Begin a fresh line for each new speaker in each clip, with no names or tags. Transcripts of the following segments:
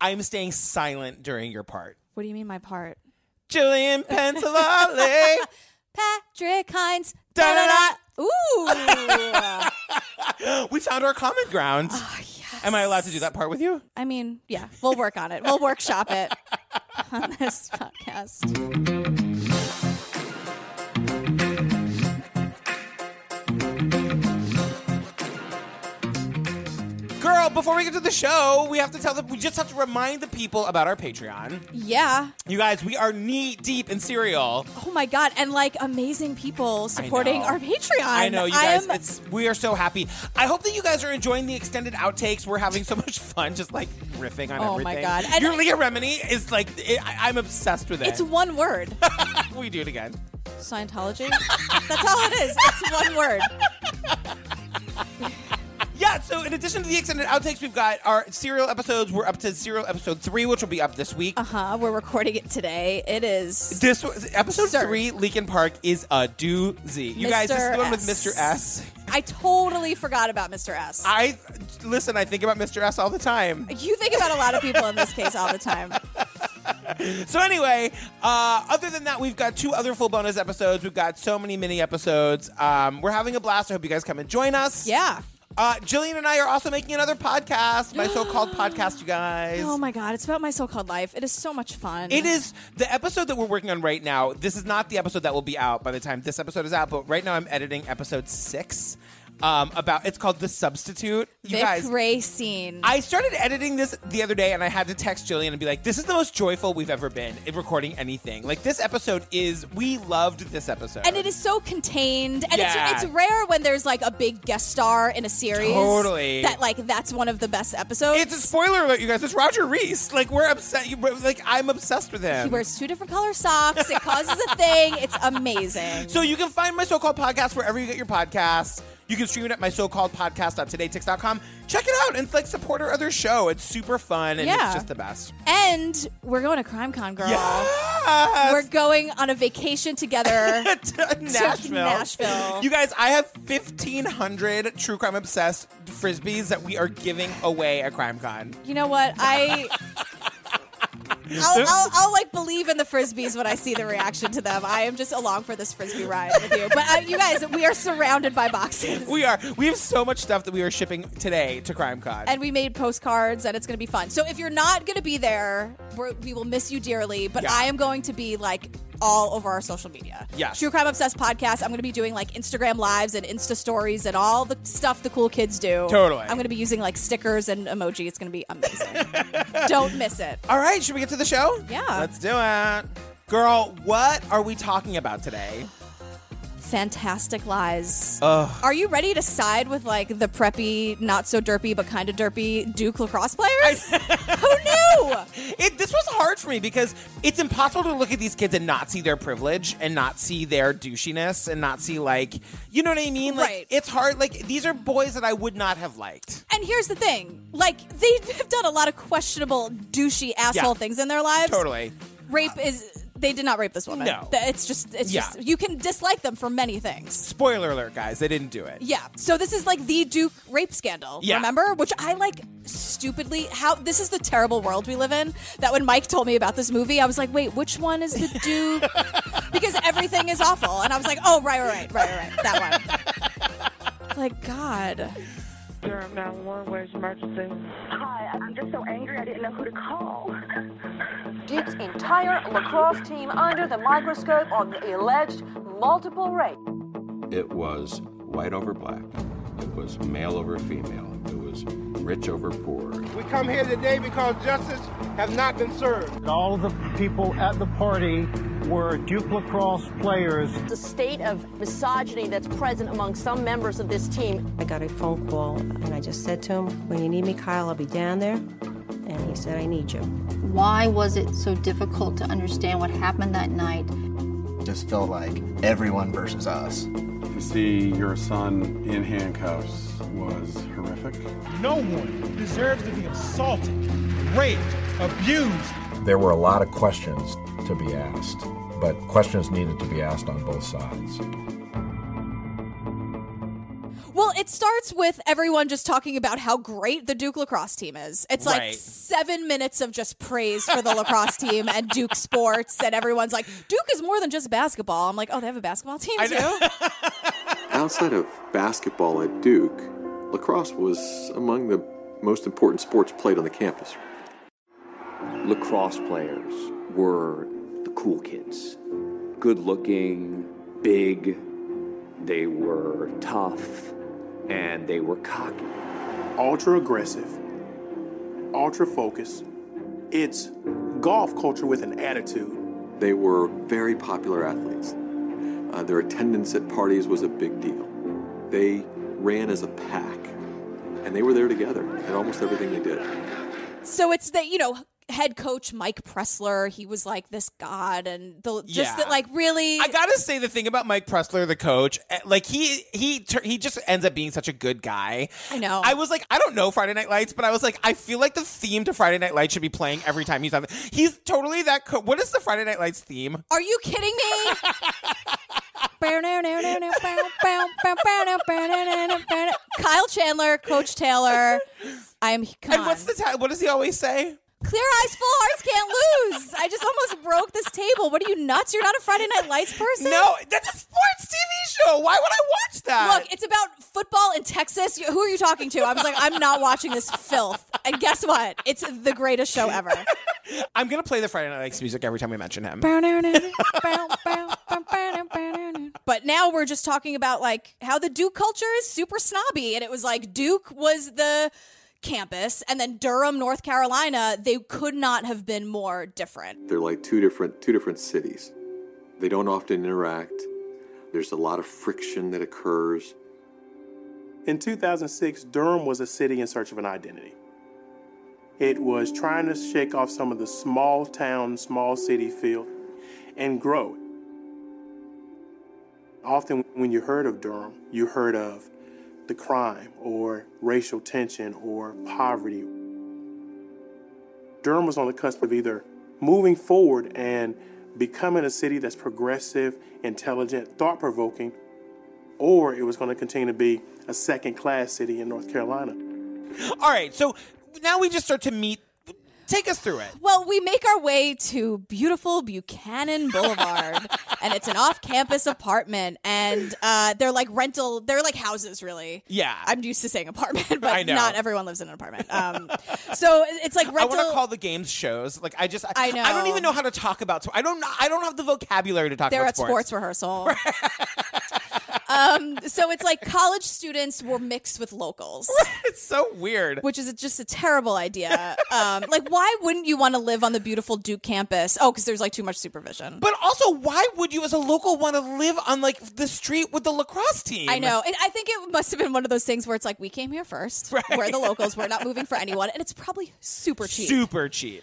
I am staying silent during your part.
What do you mean my part?
Julian Pantalale.
Patrick Hines.
Da, da, da.
Ooh.
we found our common ground.
Ah,
Am I allowed to do that part with you?
I mean, yeah, we'll work on it. We'll workshop it on this podcast.
Girl, before we get to the show, we have to tell them we just have to remind the people about our Patreon.
Yeah.
You guys, we are knee deep in cereal.
Oh my god, and like amazing people supporting
know.
our Patreon.
I know you guys.
am-
It's we are so happy. I hope that you guys are enjoying the extended outtakes. We're having so much fun, just like riffing on
Oh my
everything.
God. And-
Your Leah Remini is like I, I'm obsessed with it.
it's one word.
we do it again.
Scientology. That's all it is. It's one word.
Yeah, so in addition to the extended outtakes, we've got our serial episodes. We're up to serial episode three, which will be up this week.
Huh, Uh-huh. we're recording it today. It is
This was- episode
Sir.
three, Lincoln Park, is a doozy. You guys, this is the one with Mr. S.
I totally forgot about Mr. S.
I listen. I think about Mr. S all the time.
you think about a lot of people in this case all the time.
So anyway, uh, other than that, we've got two other full bonus episodes. We've got so many mini episodes. Um, we're having a blast. I hope you guys come and join us.
Yeah.
Uh, Jillian and I are also making another podcast, my so-called podcast, you guys.
Oh my god, it's about my so-called life. It is so much fun.
It is the episode that we're working on right now. This is not the episode that will be out by the time this episode is out, but right now I'm editing episode six. Um, about it's called the substitute. You
Vic
guys,
Racine.
I started editing this the other day and I had to text Jillian and be like, this is the most joyful we've ever been in recording anything. Like, this episode is, we loved this episode.
and it is so contained and
Yeah.
it's, it's rare when there's like a big guest star in a series
Totally.
that like that's one of the best episodes
It's a spoiler alert, you guys. It's Roger Reese. Like, we're upset. You, like, I'm obsessed with him.
he wears two different color socks it causes a thing it's amazing
So you can find my so-called podcast wherever you get your podcasts. You can stream it at my so-called podcast.todaytix.com. Check it out and like support our other show. It's super fun and
Yeah.
it's just the best.
and we're going to crime con girl
Yes!
we're going on a vacation together
to Nashville.
Nashville.
You guys, I have 1,500 true crime obsessed frisbees that we are giving away at CrimeCon.
you know what i I'll, I'll, I'll like believe in the frisbees when I see the reaction to them. I am just along for this frisbee ride with you. But uh, you guys, we are surrounded by boxes.
We are. We have so much stuff that we are shipping today to CrimeCon.
and we made postcards and it's going to be fun. So if you're not going to be there, we're, we will miss you dearly, but
Yeah.
I am going to be like all over our social media.
Yes.
True Crime Obsessed podcast. I'm going to be doing like Instagram lives and Insta stories and all the stuff the cool kids do.
Totally.
I'm going to be using like stickers and emoji. It's going to be amazing. Don't miss it.
All right, should we get to the show?
Yeah.
Let's do it. Girl, what are we talking about today?
Fantastic lies. Are you ready to side with like the preppy, not so derpy, but kind of derpy Duke lacrosse players? Who knew?
It, this was hard for me because it's impossible to look at these kids and not see their privilege and not see their douchiness and not see like you know what I mean. Like,
Right.
It's hard. Like these are boys that I would not have liked.
And here's the thing: like they have done a lot of questionable, douchey, asshole
Yeah.
things in their lives.
Totally.
rape is. They did not rape this woman.
No.
Th- it's just, it's
Yeah.
just. You can dislike them for many things.
Spoiler alert, guys. They didn't do it.
Yeah. So this is like the Duke rape scandal.
Yeah.
Remember, which I like stupidly. How this is the terrible world we live in. That when Mike told me about this movie, I was like, wait, which one is the Duke? because everything is awful, and I was like, oh, right, right, right, right, right, that one. like God.
Durham 911, where's emergency?
Hi, I'm just so angry I didn't know who to call.
Duke's entire lacrosse team under the microscope on the alleged multiple rape.
It was white over black. It was male over female. It was rich over poor.
We come here today because justice has not been served.
All of the people at the party were Duke lacrosse players.
The state of misogyny that's present among some members of this team.
I got a phone call and I just said to him, When you need me, Kyle, I'll be down there. and he said, I need you.
Why was it so difficult to understand what happened that night?
Just felt like everyone versus us.
To see your son in handcuffs was horrific.
No one deserves to be assaulted, raped, abused.
There were a lot of questions to be asked, but questions needed to be asked on both sides.
Well, it starts with everyone just talking about how great the Duke lacrosse team is. It's like
Right.
seven minutes of just praise for the lacrosse team and Duke sports, and everyone's like, Duke is more than just basketball. I'm like, oh, they have a basketball team too.
Outside of basketball at Duke, lacrosse was among the most important sports played on the campus.
lacrosse players were the cool kids. Good looking, big, they were tough, and they were cocky.
ultra aggressive, ultra focused. It's golf culture with an attitude.
They were very popular athletes. Uh, their attendance at parties was a big deal. They ran as a pack, and they were there together at almost everything they did.
So it's that, you know, head coach Mike Pressler, he was like this god, and the, just
Yeah.
that, like, really.
I gotta say the thing about Mike Pressler, the coach, eh, like he he tur- he just ends up being such a good guy.
I know.
I was like, I don't know Friday Night Lights, but I was like, I feel like the theme to Friday Night Lights should be playing every time he's on. The- he's totally that. Co- what is the Friday Night Lights theme?
Are you kidding me? Kyle Chandler, Coach Taylor. I am. Come
and what's the ti- what does he always say?
Clear eyes, full hearts can't lose. I just almost broke this table. What are you nuts? You're not a Friday Night Lights person.
No, that's a sports TV show. Why would I watch that?
Look, it's about football in Texas. You- Who are you talking to? I was like, I'm not watching this filth. And guess what? It's the greatest show ever.
I'm gonna play the Friday Night Lights music every time we mention him.
But now we're just talking about like how the Duke culture is super snobby. And it was like Duke was the campus and then Durham, North Carolina, they could not have been more different.
They're like two different two different cities. They don't often interact. There's a lot of friction that occurs.
In 2006, Durham was a city in search of an identity. It was trying to shake off some of the small town, small city feel and grow. Often, when you heard of Durham, you heard of the crime or racial tension or poverty. Durham was on the cusp of either moving forward and becoming a city that's progressive, intelligent, thought provoking, or it was going to continue to be a second class city in North Carolina.
All right, so now we just start to meet. Take us through it.
Well, we make our way to beautiful Buchanan Boulevard, and it's an off-campus apartment, and uh, they're like rental, they're like houses, really.
Yeah.
I'm used to saying apartment,
I
but
know.
not everyone lives in an apartment. Um, so it's like
I
rental.
want to call the games shows. Like I just, I,
I know.
I don't even know how to talk about. sp- I don't, I don't have the vocabulary to talk
They're
about
at sports, rehearsal. um, so it's like college students were mixed with locals,
it's so weird.
which is just a terrible idea. Um, like, why wouldn't you want to live on the beautiful Duke campus? Oh, because there's like too much supervision.
But also, why would you, as a local, want to live on like the street with the lacrosse team?
I know. It, I think it must have been one of those things where it's like we came here first. We're the locals. We're not moving for anyone, and it's probably super cheap.
Super cheap.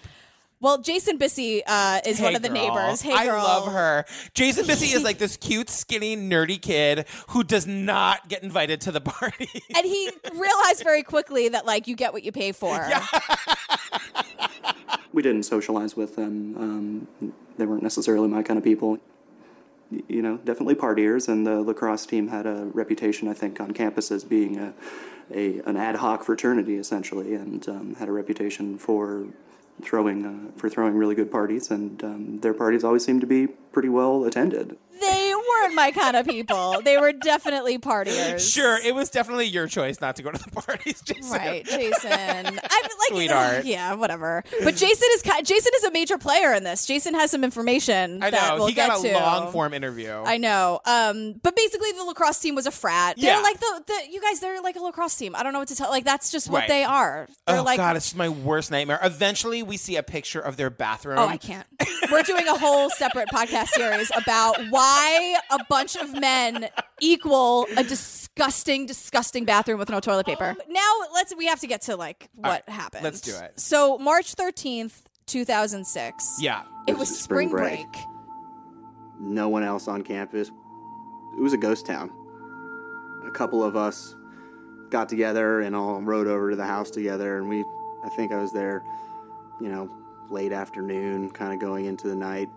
Well, Jason Bissy uh, is
Hey,
one of the
girl.
neighbors. Hey,
I
girl.
love her. Jason Bissy is like this cute, skinny, nerdy kid who does not get invited to the party.
And he realized very quickly that like you get what you pay for.
we didn't socialize with them. Um, they weren't necessarily my kind of people. Y- You know, definitely partiers, and the lacrosse team had a reputation, I think, on campus as being a, a an ad hoc fraternity, essentially, and um, had a reputation for throwing uh, for throwing really good parties, and um, their parties always seemed to be pretty well attended.
They weren't my kind of people. They were definitely partiers.
Sure, it was definitely your choice not to go to the parties, Jason.
Right, Jason. I'm like,
Sweetheart.
yeah, whatever. But Jason is ki- Jason is a major player in this. Jason has some information
I
that
know.
we'll
he
get
got a
to.
long form interview.
I know. Um, but basically, the lacrosse team was a frat. They're
Yeah.
like the, the you guys. They're like a lacrosse team. I don't know what to tell. Like that's just what
Right.
they are. They're
oh
like.
God, it's my worst nightmare. Eventually, we see a picture of their bathroom.
Oh, I can't. We're doing a whole separate podcast series about why why a bunch of men equal a disgusting, disgusting bathroom with no toilet paper.
Um,
now let's we have to get to like
All
what
right,
happened.
let's do it.
So March thirteenth, two thousand six.
Yeah.
It was spring break.
no one else on campus. It was a ghost town. A couple of us got together and all rode over to the house together, and we, I think I was there, you know, late afternoon, kind of going into the night.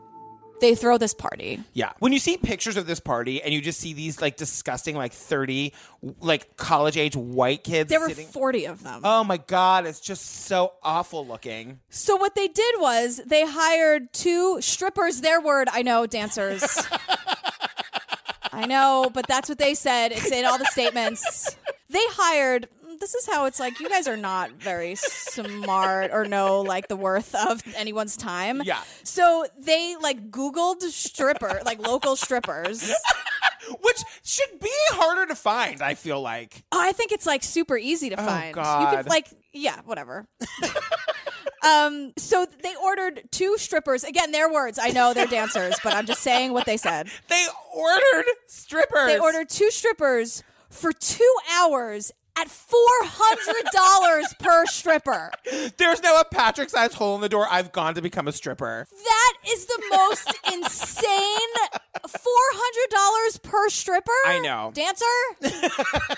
They throw this party.
Yeah. When you see pictures of this party and you just see these like disgusting like 30 like college age white kids
There were
sitting-
forty of them.
Oh my god, it's just so awful looking.
So what they did was they hired two strippers, their word, I know, dancers. I know, but that's what they said. It's in all the statements. They hired this is how it's like you guys are not very smart or know like the worth of anyone's time.
Yeah.
So they like googled stripper, like local strippers.
Which should be harder to find, I feel like.
Oh, I think it's like super easy to
Oh,
find. You
God.
could like yeah, whatever. um so they ordered two strippers. Again, their words. I know they're dancers, but I'm just saying what they said.
They ordered strippers.
They ordered two strippers for 2 hours at $400 per stripper.
There's now a Patrick sized hole in the door. I've gone to become a stripper.
That is the most insane $400 per stripper?
I know.
Dancer?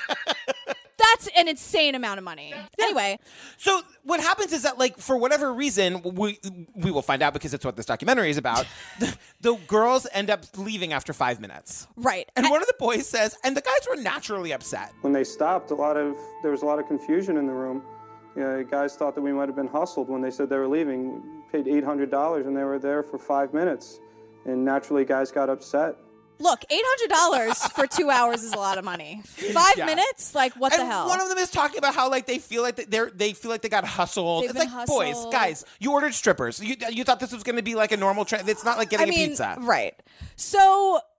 That's an insane amount of money. Anyway,
So what happens is that like for whatever reason we we will find out because it's what this documentary is about. the, the girls end up leaving after 5 minutes.
Right.
And one of the boys says and the guys were naturally upset.
When they stopped, a lot of there was a lot of confusion in the room. You know, guys thought that we might have been hustled when they said they were leaving. We paid eight hundred dollars and they were there for five minutes, and naturally, guys got upset.
Look, eight hundred dollars for two hours is a lot of money. Five
Yeah.
minutes, like what the
And
hell?
One of them is talking about how like they feel like they are they feel like they got hustled.
They've
it's like
been
boys,
hustled.
guys, you ordered strippers. You, you thought this was going to be like a normal trend. It's not like getting
I mean,
a pizza,
right? So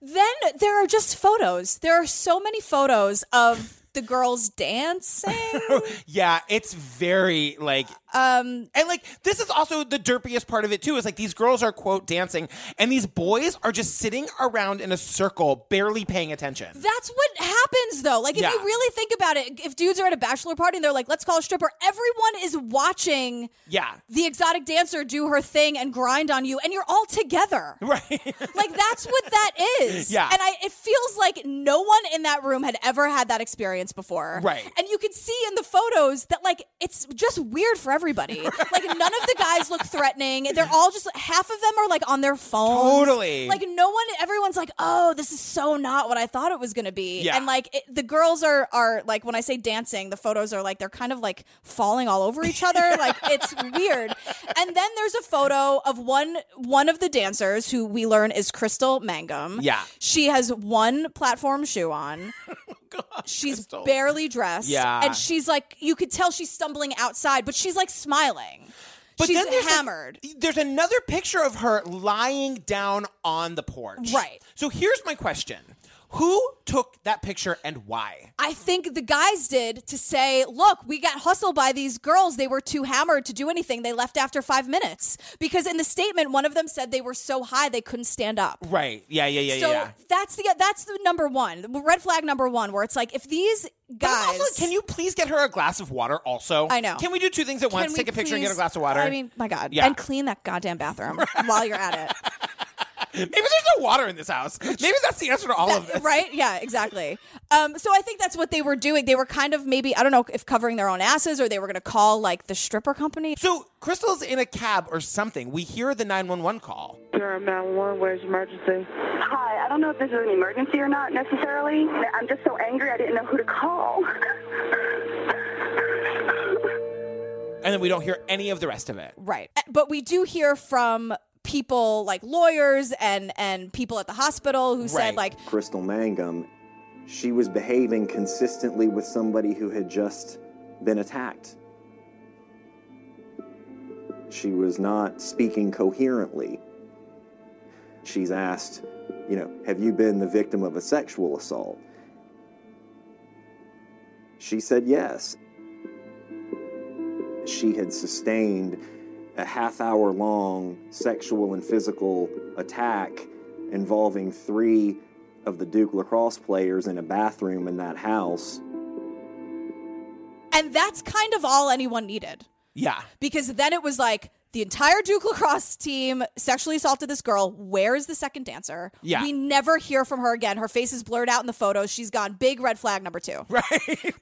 then there are just photos. There are so many photos of the girls dancing.
Yeah, it's very like
um
and like this is also the derpiest part of it too. Is like these girls are quote dancing and these boys are just sitting around in a circle, barely paying attention.
That's what happens though. Like if
Yeah.
you really think about it, if dudes are at a bachelor party and they're like, "Let's call a stripper," everyone is watching
Yeah.
the exotic dancer do her thing and grind on you and you're all together
right
like that's what that is
Yeah.
and i it feels like no one in that room had ever had that experience before
Right.
and you can see in the photos that like it's just weird for everybody like none of the guys look threatening they're all just half of them are like on their phones
Totally.
like no one everyone's like oh this is so not what i thought it was gonna be
Yeah.
and like it, the girls are are like when i say dancing the photos are like they're kind of like falling all over each other like it's weird and then there's a photo of one one of the dancers who we learn is crystal mangum
Yeah. Oh,
she has one platform shoe on she's barely dressed
Yeah.
and she's like you could tell she's stumbling outside but she's like smiling
But
she's
then there's, like,
hammered
there's another picture of her lying down on the porch.
Right.
So here's my question: Who took that picture and why?
I think the guys did to say, look, we got hustled by these girls. They were too hammered to do anything. They left after five minutes. Because in the statement, one of them said they were so high they couldn't stand up.
Right. Yeah. Yeah. Yeah.
so
yeah.
that's the that's the number one red flag number one where it's like if these guys
Also, can you please get her a glass of water? Also,
I know.
Can we do two things at
Can
once?
we
Take a picture and get a
please-
glass of water.
I mean, my God,
Yeah.
and clean that goddamn bathroom while you're at it.
maybe there's no water in this house. Maybe that's the answer to all of
That-
this.
Right? Yeah, exactly. Um, so I think that's what they were doing. They were kind of maybe, I don't know if covering their own asses or they were going to call like the stripper company.
So Crystal's in a cab or something. We hear the 911 call.
Durham 911, where's emergency?
Hi, I don't know if this is an emergency or not necessarily. I'm just so angry I didn't know who to call.
And then we don't hear any of the rest of it.
Right. Eh, But we do hear from people like lawyers and and people at the hospital who said like
Crystal Mangum, she was behaving consistently with somebody who had just been attacked. She was not speaking coherently. She's asked, you know, have you been the victim of a sexual assault? She said yes. She had sustained a half hour long sexual and physical attack involving three of the Duke lacrosse players in a bathroom in that house.
And that's kind of all anyone needed.
Yeah.
Because then it was like the entire Duke lacrosse team sexually assaulted this girl. Where is the second dancer?
Yeah.
We never hear from her again. Her face is blurred out in the photos. She's gone. Big red flag number two.
Right.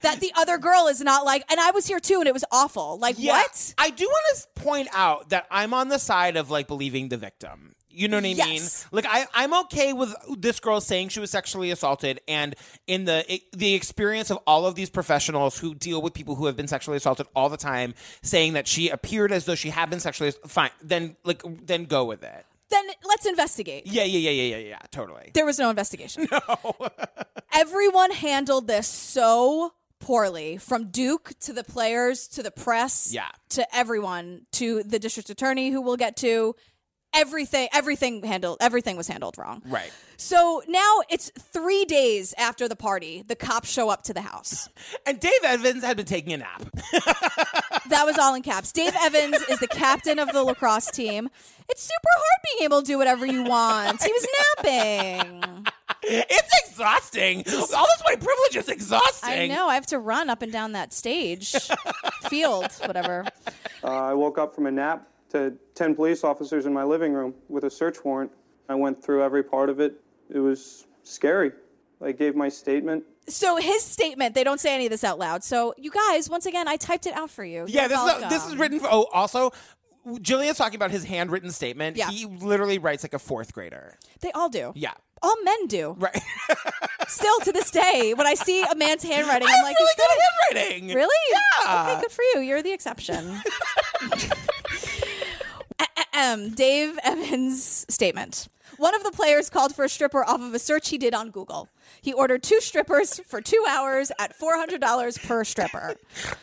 That the other girl is not like, and I was here too, and it was awful. Like,
Yeah.
what?
I do want to point out that I'm on the side of like believing the victim. You know what I
Yes.
mean? Like I, I'm okay with this girl saying she was sexually assaulted, and in the the experience of all of these professionals who deal with people who have been sexually assaulted all the time, saying that she appeared as though she had been sexually fine. Then like then go with it.
Then let's investigate.
Yeah, yeah, yeah, yeah, yeah, yeah. Totally.
There was no investigation. No. Everyone handled this so poorly from Duke to the players to the press
Yeah.
to everyone to the district attorney who we'll get to. Everything everything handled everything was handled wrong.
Right.
So now it's 3 days after the party, the cops show up to the house.
And Dave Evans had been taking a nap.
That was all in caps. Dave Evans is the captain of the lacrosse team. It's super hard being able to do whatever you want. He was napping.
It's exhausting. All this white privilege is exhausting.
I know. I have to run up and down that stage, field, whatever.
Uh, I woke up from a nap to 10 police officers in my living room with a search warrant. I went through every part of it. It was scary. I gave my statement.
So his statement, they don't say any of this out loud. So you guys, once again, I typed it out for you.
Yeah,
You're
this is,
welcome.
this is written for. Oh, also, Jillian's talking about his handwritten statement.
Yeah.
He literally writes like a fourth grader.
They all do.
Yeah.
All men do.
Right.
Still to this day, when I see a man's handwriting,
I
I'm
have
like,
really
is that
good handwriting.
Really?
Yeah.
Okay, good for you. You're the exception. um, Dave Evans' statement. One of the players called for a stripper off of a search he did on Google. He ordered two strippers for two hours at $400 per stripper.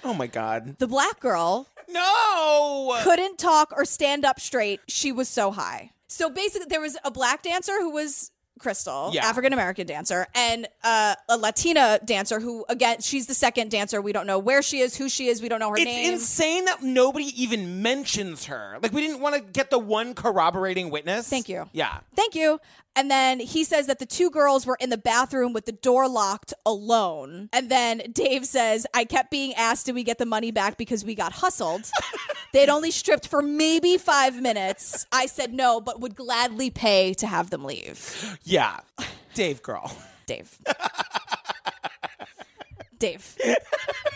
Oh my god.
The black girl
No.
couldn't talk or stand up straight. She was so high. So basically, there was a black dancer who was Crystal,
Yeah.
African American dancer, and uh, a Latina dancer who, again, she's the second dancer. We don't know where she is, who she is. We don't know her
It's
name.
insane that nobody even mentions her. Like we didn't want to get the one corroborating witness. Thank you. Yeah.
Thank you. And then he says that the two girls were in the bathroom with the door locked alone. And then Dave says, I kept being asked, did we get the money back because we got hustled? They'd only stripped for maybe five minutes. I said no, but would gladly pay to have them leave.
Yeah. Dave girl.
Dave. Dave.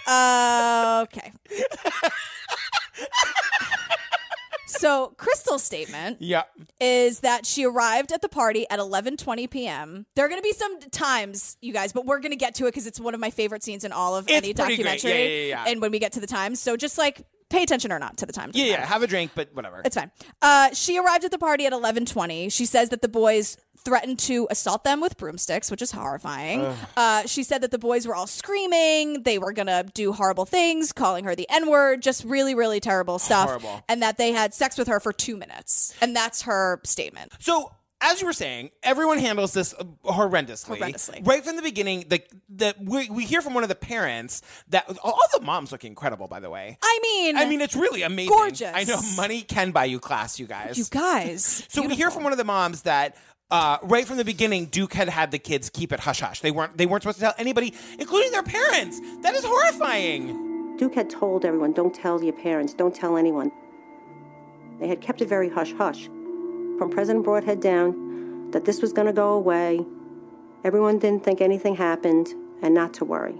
Uh, okay. So Crystal's statement
Yeah.
is that she arrived at the party at 11:20 p.m. There are going to be some times, you guys, but we're going to get to it because it's one of my favorite scenes in all of
It's
any
pretty great.
documentary.
Yeah, yeah, yeah.
And when we get to the times, so just like pay attention or not to the time.
Yeah, yeah. Have a drink, but whatever.
It's fine. Uh, she arrived at the party at 11:20. She says that the boys threatened to assault them with broomsticks, which is horrifying.
Ugh.
Uh, she said that the boys were all screaming, they were going to do horrible things, calling her the N-word, just really really terrible stuff,
Horrible.
and that they had sex with her for 2 minutes. And that's her statement.
So as you were saying, everyone handles this uh, horrendously.
Horrendously.
Right from the beginning, the the we, we hear from one of the parents that all the moms look incredible. By the way,
I mean,
I mean it's really amazing,
gorgeous.
I know money can buy you class, you guys.
You guys.
So we hear from one of the moms that. Uh, right from the beginning, Duke had had the kids keep it hush hush. They weren't they weren't supposed to tell anybody, including their parents. That is horrifying.
Duke had told everyone, don't tell your parents, don't tell anyone. They had kept it very hush hush. From President Broadhead down, that this was going to go away. Everyone didn't think anything happened and not to worry.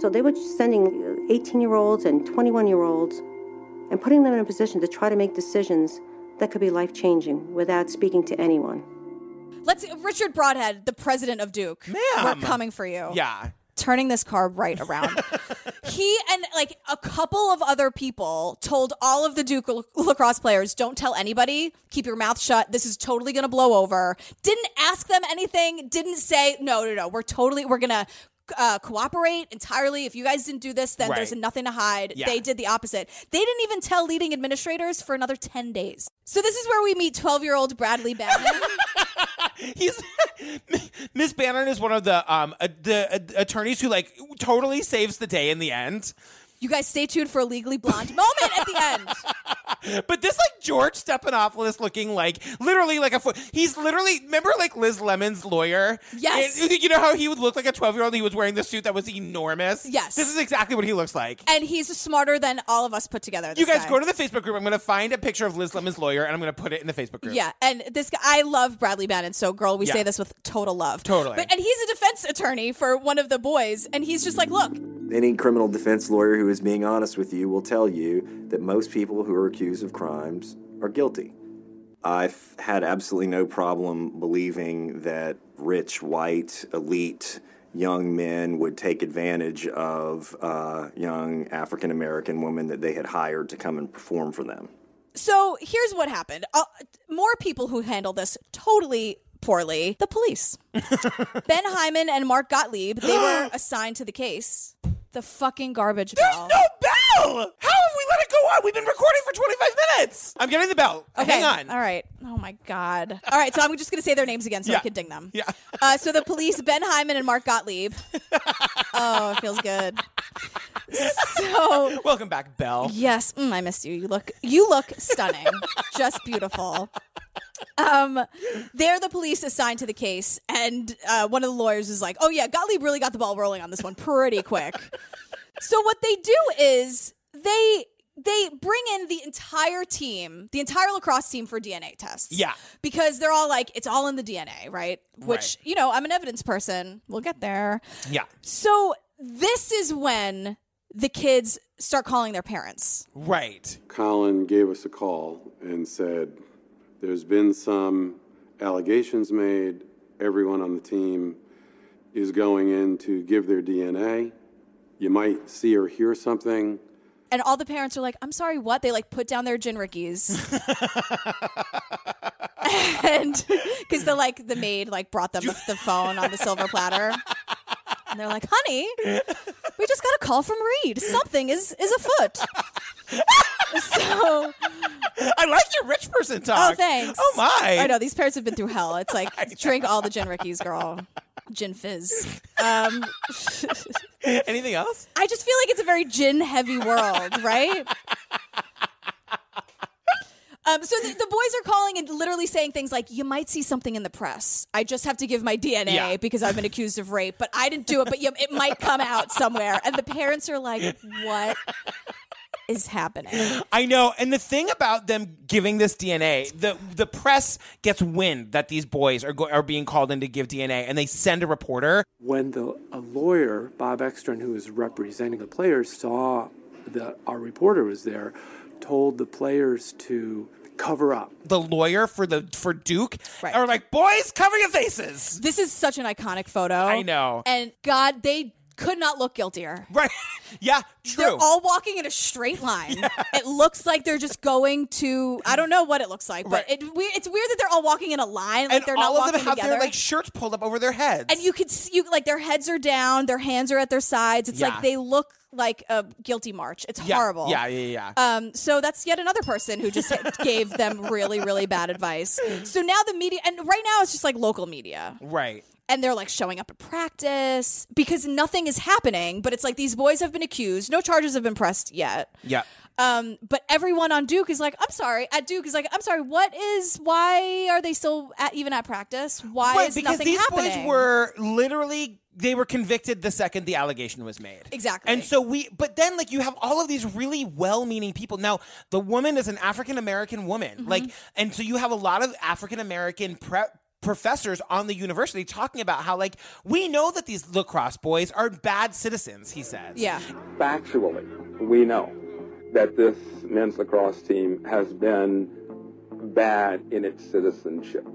So they were sending 18 year olds and 21 year olds and putting them in a position to try to make decisions that could be life changing without speaking to anyone.
Let's Richard Broadhead, the president of Duke. We're coming for you.
Yeah.
Turning this car right around. he and like a couple of other people told all of the Duke l- lacrosse players, "Don't tell anybody. Keep your mouth shut. This is totally going to blow over." Didn't ask them anything. Didn't say, "No, no, no. We're totally we're going to uh, cooperate entirely. If you guys didn't do this, then there's
Right.
nothing to hide.
Yeah.
They did the opposite. They didn't even tell leading administrators for another 10 days. So this is where we meet 12-year-old Bradley Bannon.
Miss Bannon is one of the um uh, the uh, attorneys who like totally saves the day in the end.
e-, You guys stay tuned for a legally blonde moment at the end.
But this like George Stephanopoulos looking like literally like a foot. He's literally remember like Liz Lemon's lawyer.
Yes.
And you know how he would look like a twelve year old. He was wearing the suit that was enormous.
Yes.
This is exactly what he looks like.
And he's smarter than all of us put together. this
You guys
guy.
go to the Facebook group. I'm going to find a picture of Liz Lemon's lawyer and I'm going to put it in the Facebook group.
Yeah, and this guy, I love Bradley Bannon. So, girl, we
Yeah.
say this with total love.
Totally.
But and he's a defense attorney for one of the boys, and he's just like, look,
Any criminal defense lawyer who is being honest with you will tell you that most people who are accused of crimes are guilty. I've had absolutely no problem believing that rich, white, elite young men would take advantage of uh, young African American women that they had hired to come and perform for them.
so here's what happened. Uh, more people who handle this totally poorly. The police, Ben Hyman and Mark Gottlieb, they were assigned to the case. The fucking garbage bell.
No bell! How have we let it go on? We've been recording for 25 minutes. I'm getting the bell.
Okay.
Hang on.
All right. Oh my God. All right. So I'm just gonna say their names again so
Yeah.
I can ding them.
Yeah.
Uh, so the police, Ben Hyman and Mark Gottlieb. oh, it feels good. So
Welcome back, Bell.
yes, mm, I missed you. You look you look stunning, just beautiful. Um, they're the police assigned to the case, and uh, one of the lawyers is like, "Oh yeah, Gottlieb really got the ball rolling on this one pretty quick." so what they do is they they bring in the entire team, the entire lacrosse team for DNA tests.
Yeah.
because they're all like, "It's all in the DNA, right?" Which
Right.
you know, I'm an evidence person. We'll get there.
Yeah.
So this is when the kids start calling their parents.
Right.
Colin gave us a call and said, There's been some allegations made. Everyone on the team is going in to give their DNA. You might see or hear something.
And all the parents are like, I'm sorry, what? They like put down their gin rickies. and because the like the maid like brought them the phone on the silver platter. And they're like, honey, we just got a call from Reed. Something is is afoot. so
I like your rich person talk.
Oh, thanks.
Oh, my.
I know these parents have been through hell. It's like drink all the gin rickies, girl. Gin fizz. Um,
Anything else?
I just feel like it's a very gin heavy world, right? Um, so the, the boys are calling and literally saying things like, "You might see something in the press. I just have to give my DNA
Yeah.
because I've been accused of rape, but I didn't do it. But you, it might come out somewhere." And the parents are like, "What is happening?"
I know. And the thing about them giving this DNA, the the press gets wind that these boys are go- are being called in to give DNA, and they send a reporter.
when the a lawyer Bob Ekstrom, who was representing the players, saw that our reporter was there, told the players to cover up.
The lawyer for the for Duke are like, boys, cover your faces.
This is such an iconic photo. I
know.
And God, they could not look guiltier.
Right. Yeah,
They're all walking in a straight line. It looks like they're just going to I don't know what it looks like, but it we it's weird that they're all walking in a line like
and
they're
all
not
of
walking
them have
together.
their like shirts pulled up over their heads.
and you could see you like their heads are down, their hands are at their sides. It's
Yeah.
like they look like a guilty march. It's
yeah,
horrible.
Yeah, yeah, yeah.
Um, so that's yet another person who just gave them really, really bad advice. So now the media, and right now it's just like local media
right.
and they're like showing up at practice because nothing is happening but it's like these boys have been accused no charges have been pressed yet
Yeah.
um, but everyone on duke is like i'm sorry at duke is like i'm sorry what is why are they still at, even at practice why
right,
is
because
nothing
these
happening
boys were literally they were convicted the second the allegation was made.
Exactly.
And so we but then like you have all of these really well-meaning people. Now, the woman is an African American woman.
Mm-hmm.
Like and so you have a lot of African American prep professors on the university talking about how like we know that these lacrosse boys are bad citizens he says
yeah
Factually, we know that this men's lacrosse team has been bad in its citizenship.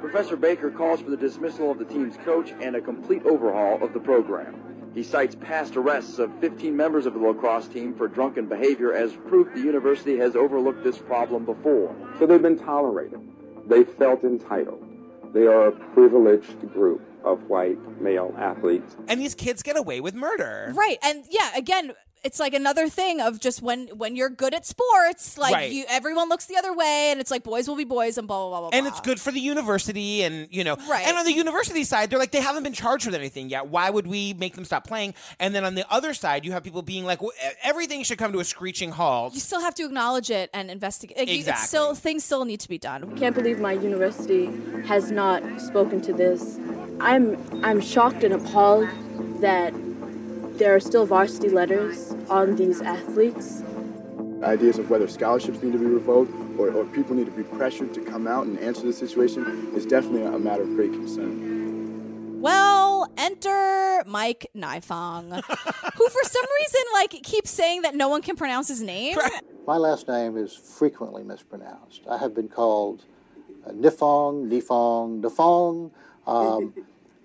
Professor Baker calls for the dismissal of the team's coach and a complete overhaul of the program. He cites past arrests of 15 members of the lacrosse team for drunken behavior as proof the university has overlooked this problem before.
So they've been tolerated. They felt entitled. They are a privileged group of white male athletes.
and these kids get away with murder
right and yeah again it's like another thing of just when when you're good at sports, like
Right.
you everyone looks the other way, and it's like boys will be boys, and blah blah blah blah.
and
blah.
it's good for the university and you know
Right.
and on the university side they're like they haven't been charged with anything yet why would we make them stop playing and then on the other side you have people being like well, e- everything should come to a screeching halt
you still have to acknowledge it and investigate. Like, you-
Exactly.
it's still things still need to be done.
Can't believe my university has not spoken to this. I'm I'm shocked and appalled that there are still varsity letters on these athletes.
Ideas of whether scholarships need to be revoked or, or people need to be pressured to come out and answer the situation is definitely a matter of great concern.
Well, enter Mike Nifong, who for some reason like keeps saying that no one can pronounce his name.
My last name is frequently mispronounced. I have been called uh, Nifong, Nifong, Nifong. Um,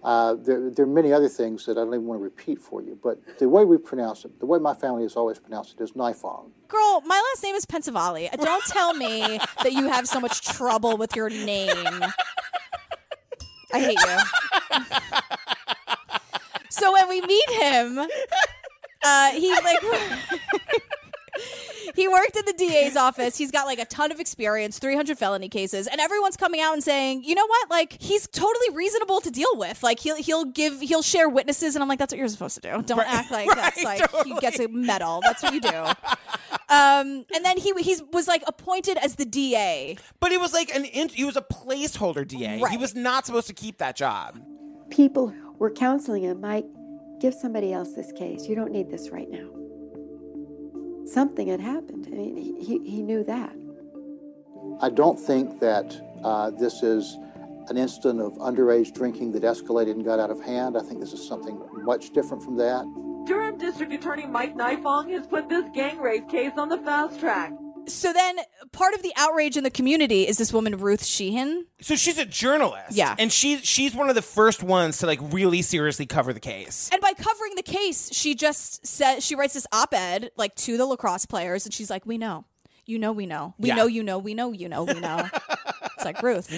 uh, there, there are many other things that I don't even want to repeat for you, but the way we pronounce it, the way my family has always pronounced it, is Nifong.
Girl, my last name is Pensavalli. Don't tell me that you have so much trouble with your name. I hate you. So when we meet him, uh, he like he worked at the DA's office. He's got like a ton of experience, 300 felony cases, and everyone's coming out and saying, "You know what? Like he's totally reasonable to deal with. Like he'll he'll give he'll share witnesses." And I'm like, "That's what you're supposed to do. Don't act like that's like he gets a medal. That's what you do." um, and then he he was like appointed as the DA.
but he was like an in- he was a placeholder da he
Right.
was not supposed to keep that job
People were counseling him, Mike, give somebody else this case. You don't need this right now. Something had happened. I mean, he, he- he knew that.
I don't think that uh, this is an incident of underage drinking that escalated and got out of hand. I think this is something much different from that.
Durham District Attorney Mike Nifong has put this gang rape case on the fast track.
So then part of the outrage in the community is this woman Ruth Sheehan.
so she's a journalist
Yeah.
and she she's one of the first ones to like really seriously cover the case
And by covering the case, she just said she writes this op-ed like to the lacrosse players and she's like, "We know. You know we know. We
Yeah.
know you know. We know you know. We know." it's like Ruth.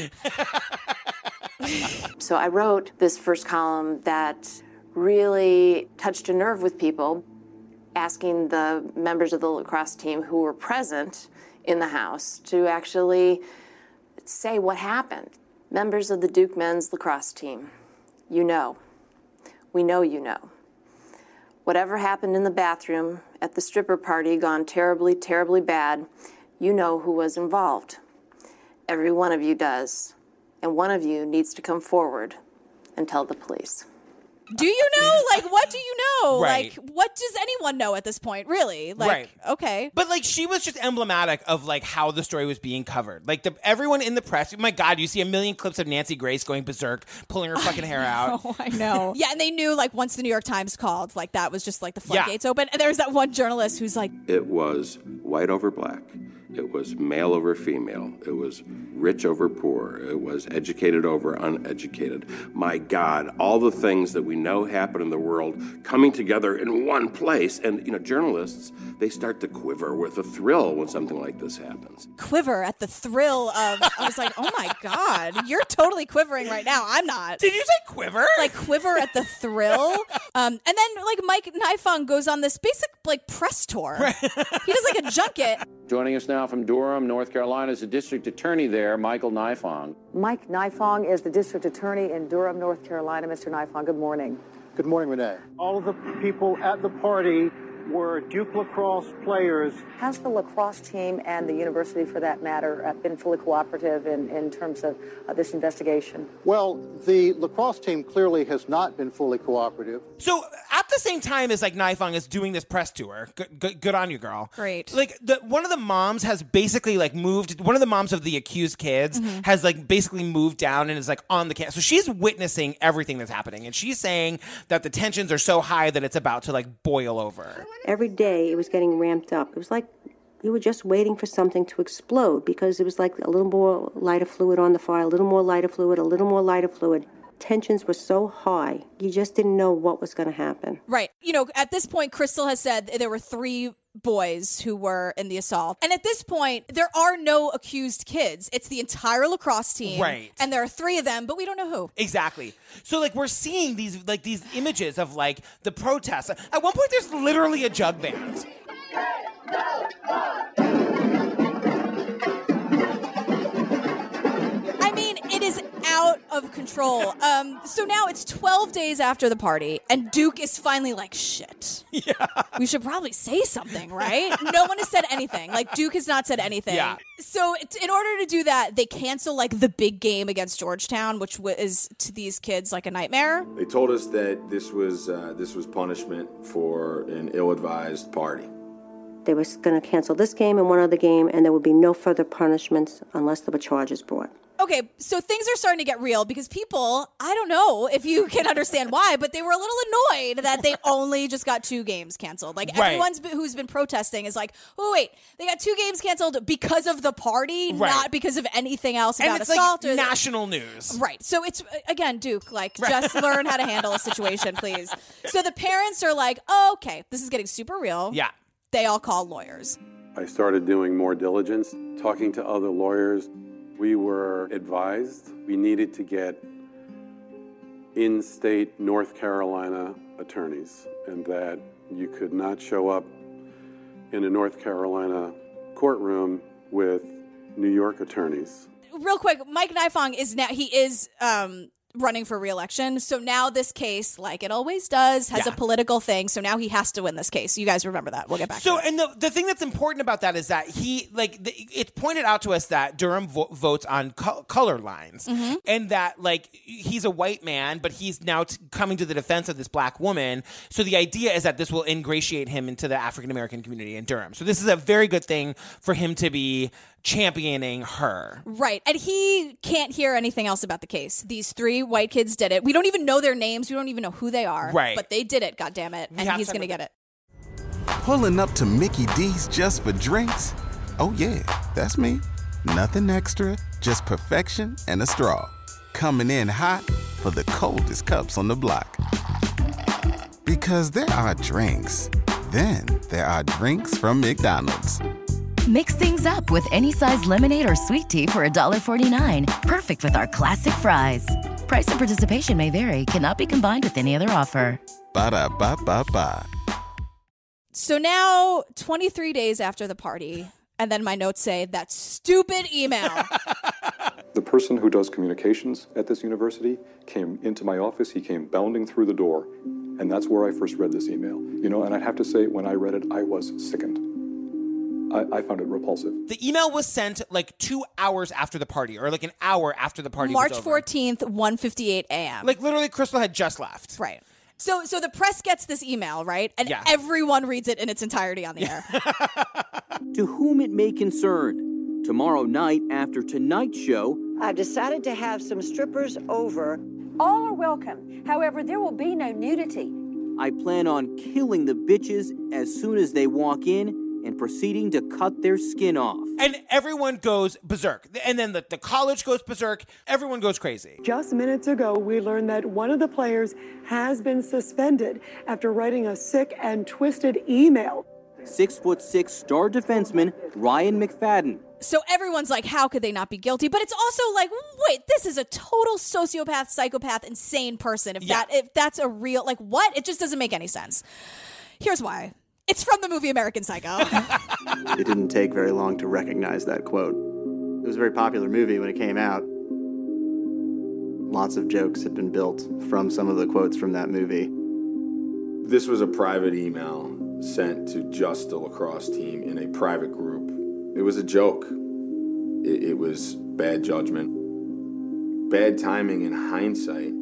So I wrote this first column that really touched a nerve with people, asking the members of the lacrosse team who were present in the house to actually say what happened. Members of the Duke men's lacrosse team, you know, we know you know. Whatever happened in the bathroom at the stripper party gone terribly, terribly bad, you know who was involved. Every one of you does and one of you needs to come forward and tell the police.
Do you know? Like what do you know?
Right.
Like what does anyone know at this point, really? Like
Right.
okay.
But like she was just emblematic of like how the story was being covered. Like the everyone in the press, my God, you see a million clips of Nancy Grace going berserk, pulling her fucking hair out.
Oh, I know. yeah, and they knew like once the New York Times called, like that was just like the
Yeah.
floodgates open. And there was that one journalist who's like,
It was white over black. It was male over female. It was rich over poor. It was educated over uneducated. My God, all the things that we know happen in the world coming together in one place. And, you know, journalists, they start to quiver with a thrill when something like this happens.
quiver at the thrill of I was like, "Oh my god, you're totally quivering right now. I'm not." Did
you say quiver?
Like quiver at the thrill. Um, and then like Mike Nifong goes on this basic like press tour. He does like a junket.
Joining us now from Durham, North Carolina, is the district attorney there, Michael Nifong.
Mike Nifong is the district attorney in Durham, North Carolina. Mr. Nifong, good morning.
Good morning, Renee.
All of the people at the party were Duke lacrosse players. Has the lacrosse team and the university, for that matter, uh, been fully cooperative in, in terms of uh, this investigation?
Well, the lacrosse team clearly has not been fully cooperative.
So at the same time as like Nifong is doing this press tour, good, good, good on you, girl.
Great.
Like the one of the moms has basically like moved. One of the moms of the accused kids
Mhm.
has like basically moved down and is like on the case. So she's witnessing everything that's happening, and she's saying that the tensions are so high that it's about to like boil over.
Every day it was getting ramped up. It was like you were just waiting for something to explode because it was like a little more lighter fluid on the fire, a little more lighter fluid, a little more lighter fluid. Tensions were so high, you just didn't know what was going to happen.
Right. You know, at this point Crystal has said there were three boys who were in the assault. And at this point, there are no accused kids. It's the entire lacrosse team.
Right.
And there are three of them, but we don't know who.
Exactly. So like we're seeing these like these images of like the protests. At one point, there's literally a jug band.
I mean, it is out of control. Um, so now it's 12 days after the party, and Duke is finally like, shit. Yeah. We should probably say something, right? no one has said anything. Like, Duke has not said anything.
Yeah.
So, it- in order to do that, they cancel like the big game against Georgetown, which wa- is to these kids like a nightmare.
They told us that this was uh, this was punishment for an ill-advised party.
They were going to cancel this game and one other game, and there would be no further punishments unless there were charges brought.
Okay, so things are starting to get real because people, I don't know if you can understand why, but they were a little annoyed that they only just got two games canceled. Like
Right.
everyone's be- who's been protesting is like, "Oh wait, they got two games canceled because of the party,
Right.
not because of anything else
And
about
it's
assault
like
or
national news.
Right. So it's again, Duke, like just learn how to handle a situation, please. So the parents are like, oh, "Okay, this is getting super real."
Yeah.
They all call lawyers.
I started doing more diligence, talking to other lawyers. We were advised we needed to get in state North Carolina attorneys and that you could not show up in a North Carolina courtroom with New York attorneys.
real quick, Mike Nifong is now he is um running for reelection. So now this case, like it always does, has
Yeah.
a political thing. So now he has to win this case. You guys remember that. We'll get back. to
So, and the, the thing that's important about that is that he, like, the, it's pointed out to us that Durham vo- votes on co- color lines.
Mhm.
And that, like, he's a white man, but he's now t- coming to the defense of this black woman. So the idea is that this will ingratiate him into the African American community in Durham. So this is a very good thing for him to be championing her.
Right. And he can't hear anything else about the case. These three white kids did it. We don't even know their names. We don't even know who they are.
Right.
But they did it, God damn it. And
have
he's
to-
going to get it.
Pulling up to Mickey D's just for drinks? Oh, yeah, that's me. Nothing extra, just perfection and a straw. Coming in hot for the coldest cups on the block. Because there are drinks, then there are drinks from McDonald's.
Mix things up with any size lemonade or sweet tea for $1.49. Perfect with our classic fries. Price and participation may vary, cannot be combined with any other offer.
Ba da ba ba ba.
So now, 23 days after the party, and then my notes say that stupid email.
The person who does communications at this university came into my office. He came bounding through the door. And that's where I first read this email. You know, and I have to say, when I read it, I was sickened. I, I found it repulsive.
The email was sent, like, two hours after the party, or like an hour after the party
March
was over.
14th, 1:58 a.m.
Like, literally, Crystal had just left.
Right. So so the press gets this email, right? And
Yeah.
everyone reads it in its entirety on the air.
To whom it may concern. Tomorrow night after tonight's show,
I've decided to have some strippers over.
All are welcome. However, there will be no nudity.
I plan on killing the bitches as soon as they walk in and proceeding to cut their skin off.
And everyone goes berserk. And then the, the college goes berserk. Everyone goes crazy.
Just minutes ago, we learned that one of the players has been suspended after writing a sick and twisted email.
Six foot six star defenseman Ryan McFadden.
so everyone's like, how could they not be guilty? But it's also like, wait, this is a total sociopath, psychopath, insane person. If
Yeah.
that if that's a real like what? It just doesn't make any sense. Here's why. It's from the movie American Psycho.
It didn't take very long to recognize that quote. It was a very popular movie when it came out. Lots of jokes had been built from some of the quotes from that movie.
This was a private email sent to just the lacrosse team in a private group. It was a joke. It, it was bad judgment, bad timing in hindsight.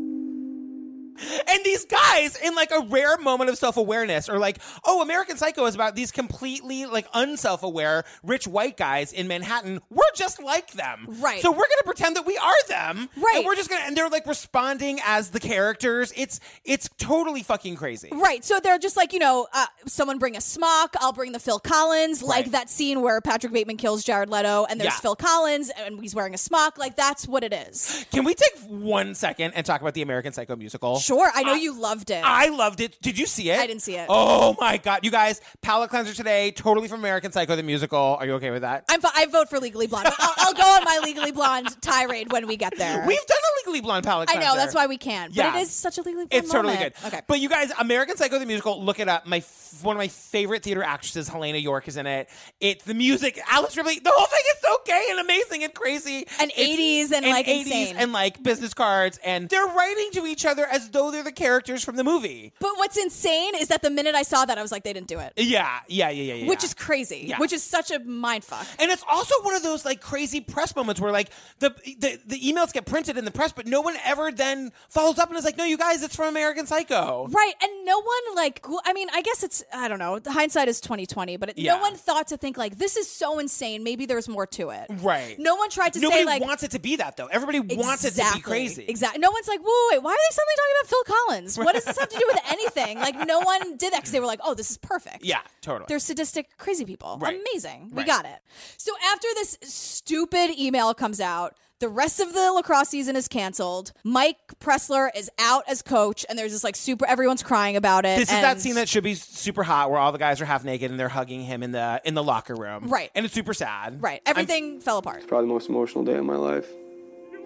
And these guys, in like a rare moment of self awareness, are like, oh, American Psycho is about these completely like unself aware rich white guys in Manhattan. We're just like them.
Right.
So we're going to pretend that we are them.
Right.
And we're just going to, and they're like responding as the characters. It's, it's totally fucking crazy.
Right. So they're just like, you know, uh, someone bring a smock, I'll bring the Phil Collins, like that scene where Patrick Bateman kills Jared Leto and there's
Yeah.
Phil Collins and he's wearing a smock. Like, that's what it is.
Can we take one second and talk about the American Psycho musical?
Sure, I know you loved it.
I loved it. Did you see it?
I didn't see it.
Oh my god, you guys! Palette cleanser today, totally from American Psycho the musical. Are you okay with that?
I'm fi- I vote for Legally Blonde. But I'll, I'll go on my Legally Blonde tirade when we get there.
We've done a legally blonde palette
I
cleanser.
know that's why we can. But
Yeah.
it is such a Legally Blonde.
It's totally
moment.
good.
Okay.
But you guys, American Psycho the musical, look it up. My f- one of my favorite theater actresses, Helena York, is in it. It's the music, Alice Ripley. The whole thing is so gay and amazing and crazy.
And
It's-
80s and, like, insane.
and like business cards, and they're writing to each other as though they're the characters from the movie.
But what's insane is that the minute I saw that, I was like, they didn't do it,
Yeah, yeah, yeah, yeah, yeah.
which is crazy,
Yeah.
which is such a mind fuck.
And it's also one of those like crazy press moments where like the, the the emails get printed in the press, but no one ever then follows up and is like, "No, you guys, it's from American Psycho."
Right, and no one like gl- I mean, I guess it's I don't know. Hindsight is twenty twenty, but it,
Yeah.
no one thought to think like this is so insane. Maybe there's more to it.
Right.
No one tried to
Nobody
say like
wants it to be that though. Everybody wants it to be
Exactly.
crazy.
Exactly. No one's like, whoa, wait, why are they suddenly talking about Phil Collins? What does this have to do with anything? Like, no one did that because they were like, oh, this is perfect.
Yeah, totally.
They're sadistic, crazy people.
Right.
Amazing. We
Right.
got it. So after this stupid email comes out, the rest of the lacrosse season is canceled. Mike Pressler is out as coach, and there's this like super. Everyone's crying about it.
This is
and-
that scene that should be super hot where all the guys are half naked and they're hugging him in the in the locker room.
Right.
And it's super sad.
Right. Everything fell apart.
Probably the most emotional day of my life.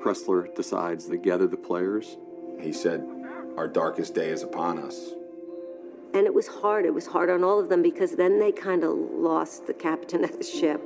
Pressler decides to gather the players. He said, Our darkest day is upon us.
And it was hard. It was hard on all of them because then they kind of lost the captain of the ship.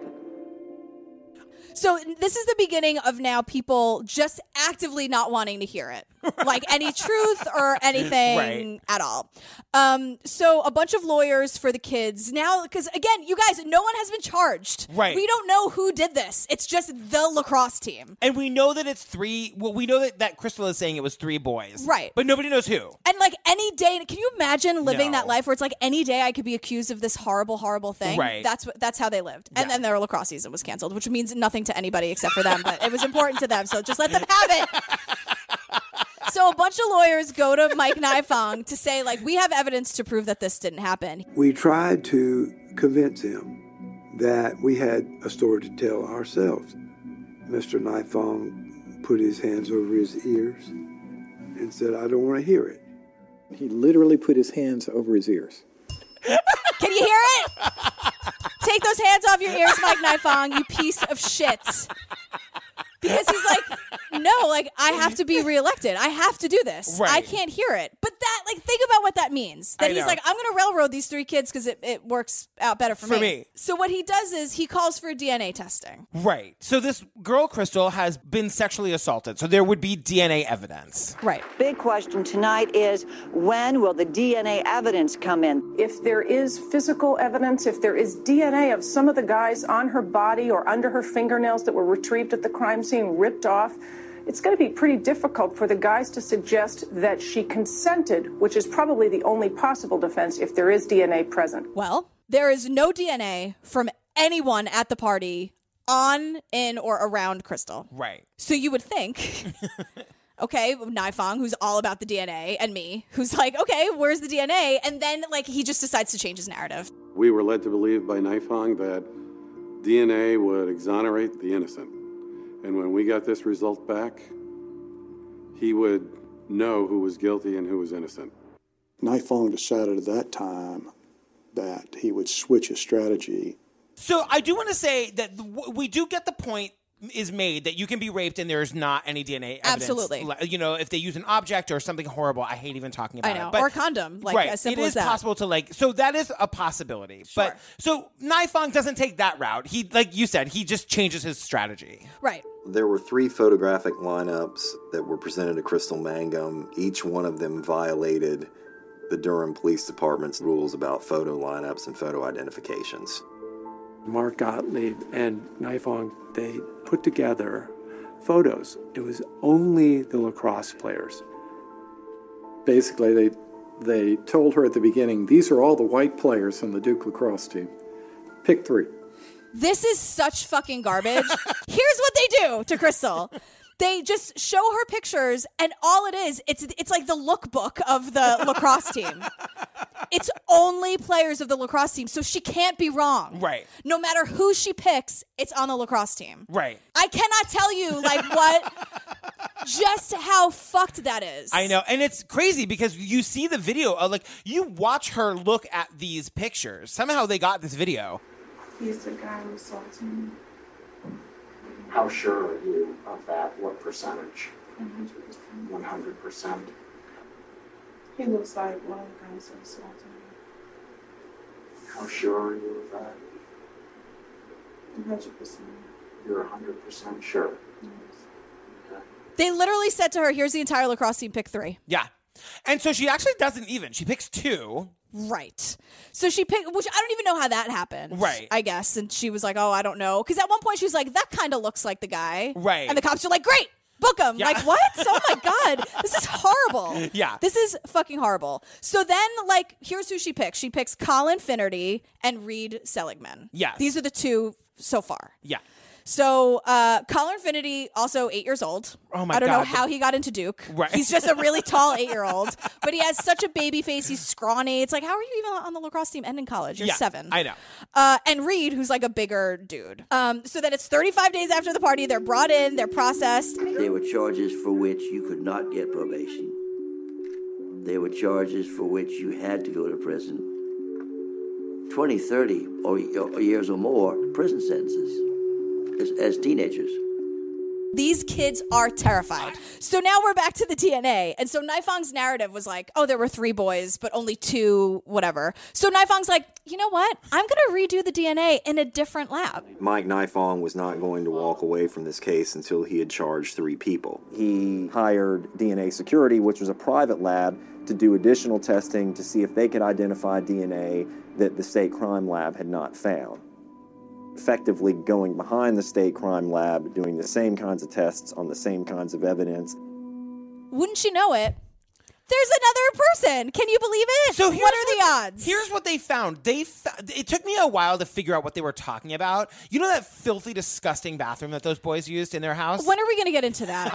So this is the beginning of now people just actively not wanting to hear it, like any truth or anything
Right.
at all. Um, so a bunch of lawyers for the kids now, because again, you guys, no one has been charged.
Right.
We don't know who did this. It's just the lacrosse team.
And we know that it's three well, we know that, that Crystal is saying it was three boys.
Right.
But nobody knows who.
And like any day, can you imagine living
No.
that life where it's like any day I could be accused of this horrible, horrible thing?
Right.
That's what that's how they lived. And then their lacrosse season was canceled, which means nothing to anybody except for them, but it was important to them, so just let them have it. so a bunch of lawyers go to Mike Nifong to say like we have evidence to prove that this didn't happen.
We tried to convince him that we had a story to tell ourselves. Mr. Nifong put his hands over his ears and said, I don't want to hear it.
He literally put his hands over his ears.
Can you hear it? Take those hands off your ears, Mike Nifong, you piece of shit. Because he's like, no, like I have to be reelected. I have to do this. I
Right.
can't hear it. But that, like, think about what that means. That
I
he's
know.
like, I'm going to railroad these three kids because it, it works out better for,
For me.
So what he does is he calls for DNA testing.
Right. So this girl Crystal has been sexually assaulted. So there would be DNA evidence.
Right.
Big question tonight is when will the DNA evidence come in?
If there is physical evidence, if there is DNA of some of the guys on her body or under her fingernails that were retrieved at the crime scene ripped off, it's going to be pretty difficult for the guys to suggest that she consented, which is probably the only possible defense if there is DNA present.
Well, there is no DNA from anyone at the party on, in, or around Crystal.
Right.
So you would think, okay, Nifong, who's all about the DNA, and me, who's like, okay, where's the DNA? And then, like, he just decides to change his narrative.
We were led to believe by Nifong that DNA would exonerate the innocent. And when we got this result back, he would know who was guilty and who was innocent.
Nifong decided at that time that he would switch his strategy.
So I do want to say that w- we do get the point is made that you can be raped and there's not any DNA evidence.
Absolutely.
Le- You know, if they use an object or something horrible, I hate even talking
I
about
know.
it. But
or a condom. Like,
right.
as simple
It
as
is
that.
possible to like so that is a possibility. But so Nifong doesn't take that route. He like you said, he just changes his strategy.
Right.
There were three photographic lineups that were presented to Crystal Mangum. Each one of them violated the Durham Police Department's rules about photo lineups and photo identifications.
Mark Gottlieb and Nifong, they put together photos. It was only the lacrosse players.
Basically, they they told her at the beginning, these are all the white players from the Duke lacrosse team. Pick three.
This is such fucking garbage. Here's what they do to Crystal. They just show her pictures, and all it is, it's it's like the lookbook of the lacrosse team. It's only players of the lacrosse team, so she can't be wrong.
Right.
No matter who she picks, it's on the lacrosse team.
Right.
I cannot tell you like what just how fucked that is.
I know, and it's crazy because you see the video. Uh, like you watch her look at these pictures. Somehow they got this video.
He's the guy who assaulted me.
How sure are you of that? What percentage?
100%.
100%.
Mm-hmm. He looks like one of the guys who assaulted me.
How sure are you of that?
100%.
You're 100% sure.
They literally said to her, "Here's the entire lacrosse team. Pick three.
Yeah, and so she actually doesn't even. She picks two.
Right. So she picked, which I don't even know how that happened.
Right.
I guess. And she was like, oh, I don't know. Because at one point she's like, that kind of looks like the guy.
Right.
And the cops are like, great, book him.
Yeah.
Like, what? oh my God. This is horrible.
Yeah.
This is fucking horrible. So then, like, here's who she picks. She picks Colin Finnerty and Reed Seligman.
Yes.
These are the two so far.
Yeah.
So uh, Colin Finnerty, also eight years old.
Oh my
I don't know
God.
how he got into Duke.
Right.
He's just a really tall eight year old, but he has such a baby face. He's scrawny. It's like, how are you even on the lacrosse team and in college? You're
yeah,
seven.
I know.
Uh, and Reed, who's like a bigger dude. Um, so then it's 35 days after the party. They're brought in. They're processed.
There were charges for which you could not get probation. There were charges for which you had to go to prison. 20, 30 or, or years or more prison sentences as, as teenagers.
These kids are terrified. So now we're back to the DNA. And so Nifong's narrative was like, oh, there were three boys, but only two, whatever. So Nifong's like, you know what? I'm going to redo the DNA in a different lab.
Mike Nifong was not going to walk away from this case until he had charged three people.
He hired DNA Security, which was a private lab, to do additional testing to see if they could identify DNA that the state crime lab had not found. Effectively going behind the state crime lab, doing the same kinds of tests on the same kinds of evidence.
Wouldn't you know it? There's another person. Can you believe it?
So
what are the odds?
Here's what they found. They fa- it took me a while to figure out what they were talking about. You know that filthy, disgusting bathroom that those boys used in their house.
When are we going to get into that?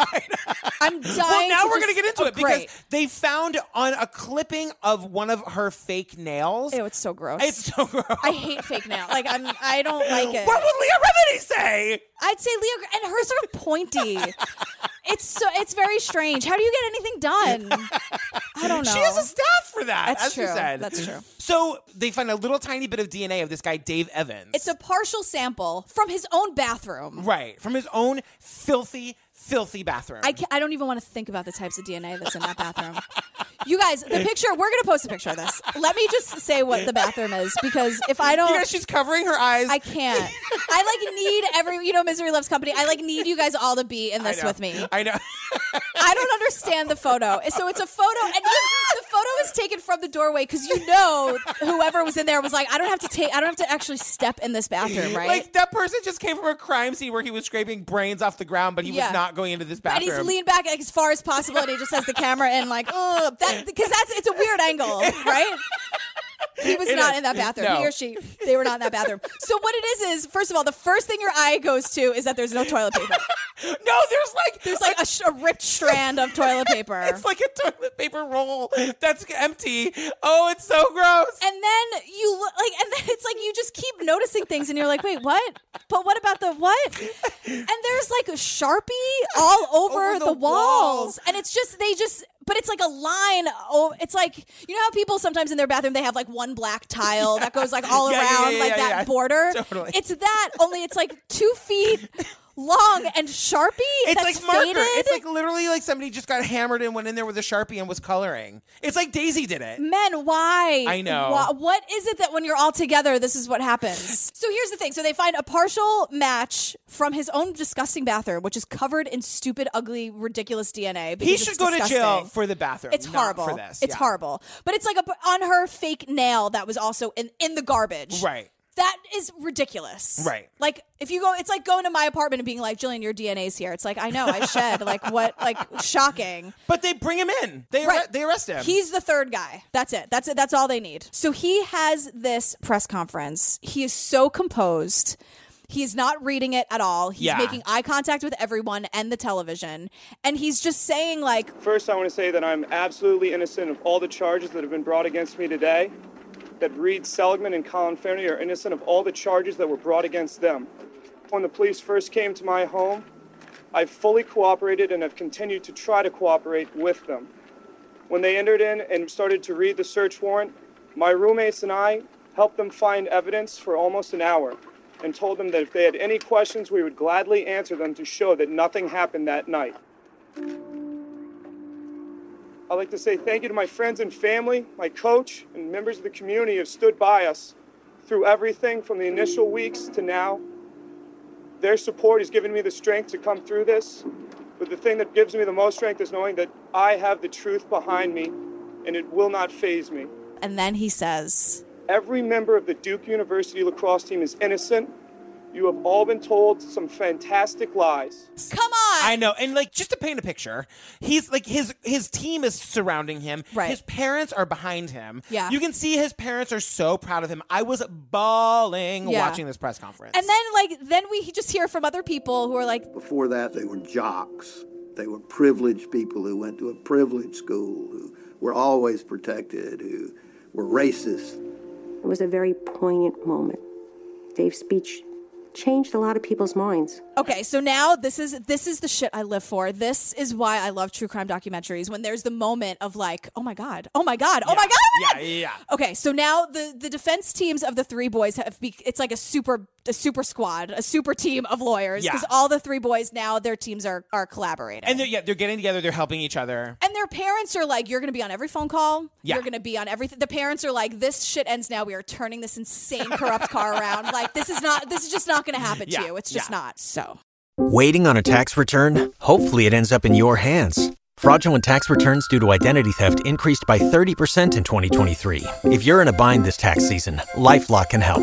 I'm dying.
well, now
to just-
we're gonna get into
oh,
it because
great.
they found on a clipping of one of her fake nails.
Ew, it's so gross.
It's so gross.
I hate fake nail. Like I'm, I don't like it.
What would Leah Remini say?
I'd say Leo, and hers are pointy. it's so, it's very strange. How do you get anything done? I don't know.
She has a staff for that.
That's
as you
true.
said.
That's true.
So they find a little tiny bit of DNA of this guy Dave Evans.
It's a partial sample from his own bathroom.
Right. From his own filthy, filthy bathroom.
I, ca I don't even want to think about the types of DNA that's in that bathroom. You guys, the picture, we're going to post a picture of this. Let me just say what the bathroom is because if I don't.
You guys, she's covering her eyes.
I can't. I like need every, you know, Misery Loves Company. I like need you guys all to be in
I
this
know.
with me.
I know.
I don't understand the photo. So it's a photo, and you, the photo is taken from the doorway because you know whoever was in there was like, I don't have to take, I don't have to actually step in this bathroom, right?
Like that person just came from a crime scene where he was scraping brains off the ground, but he
Yeah.
was not going into this
and
bathroom.
he's leaned back like, as far as possible, and he just has the camera in, like, oh, that because that's it's a weird angle, right? He was
It
not
is.
in that bathroom.
No.
He or she, they were not in that bathroom. So what it is is, first of all, the first thing your eye goes to is that there's no toilet paper.
no, there's like
there's like a, sh- a ripped strand of toilet paper.
it's like a toilet paper roll that's empty. Oh, it's so gross.
And then you look like, and then it's like you just keep noticing things, and you're like, wait, what? But what about the what? And there's like a sharpie all over,
Over the
the, walls, and it's just they just. But it's like a line. Oh, it's like you know how people sometimes in their bathroom they have like one black tile that goes like all
Yeah, yeah,
around
yeah,
like
yeah,
that
yeah.
border.
Totally.
It's that only it's like two feet long and sharpie.
It's
that's
like marker.
faded.
It's like literally like somebody just got hammered and went in there with a sharpie and was coloring. It's like Daisy did it.
Men, why?
I know.
Why- what is it that when you're all together, this is what happens? So here's the thing. So they find a partial match from his own disgusting bathroom, which is covered in stupid, ugly, ridiculous DNA.
He
because
should
it's
go to jail
disgusting.
for the bathroom.
It's
not
horrible.
for this.
It's
Yeah.
horrible. But it's like a, on her fake nail that was also in, in the garbage.
Right.
That is ridiculous.
Right.
Like if you go, it's like going to my apartment and being like, "Jillian, your DNA's here." It's like I know, I shed. like what? Like shocking.
But they bring him in. They
Right.
arre- they arrest him.
He's the third guy. That's it. That's it. That's all they need. So he has this press conference. He is so composed. He is not reading it at all. He's
Yeah.
making eye contact with everyone and the television. And he's just saying like
First, I want to say that I'm absolutely innocent of all the charges that have been brought against me today. That Reed Seligman and Colin Finnerty are innocent of all the charges that were brought against them. When the police first came to my home, I've fully cooperated and have continued to try to cooperate with them. When they entered in and started to read the search warrant, my roommates and I helped them find evidence for almost an hour and told them that if they had any questions, we would gladly answer them to show that nothing happened that night. I'd like to say thank you to my friends and family, my coach, and members of the community who have stood by us through everything from the initial weeks to now. Their support has given me the strength to come through this. But the thing that gives me the most strength is knowing that I have the truth behind me and it will not phase me.
And then he says,
Every member of the Duke University lacrosse team is innocent. You have all been told some fantastic lies.
Come on.
I know. And like just to paint a picture, he's like his his team is surrounding him.
Right.
His parents are behind him.
Yeah.
You can see his parents are so proud of him. I was bawling
Yeah.
watching this press conference.
and then like then we just hear from other people who are like,
Before that, they were jocks. They were privileged people who went to a privileged school, who were always protected, who were racist.
It was a very poignant moment. Dave's speech changed a lot of people's minds.
Okay, so now this is this is the shit I live for. This is why I love true crime documentaries when there's the moment of like, oh my god, oh my god, oh my god. oh my
yeah, yeah.
God. Okay, so now the the defense teams of the three boys have be- it's like a super a super squad, a super team of lawyers
Yeah.
because all the three boys now their teams are are collaborating.
And they're yeah, they're getting together, they're helping each other.
And their parents are like, you're going to be on every phone call.
Yeah.
You're going to be on everything. The parents are like, this shit ends now. We are turning this insane corrupt car around. Like, this is not, this is just not going to happen
Yeah,
to you. It's just not. So.
Waiting on a tax return? Hopefully, it ends up in your hands. Fraudulent tax returns due to identity theft increased by 30% in 2023. If you're in a bind this tax season, LifeLock can help.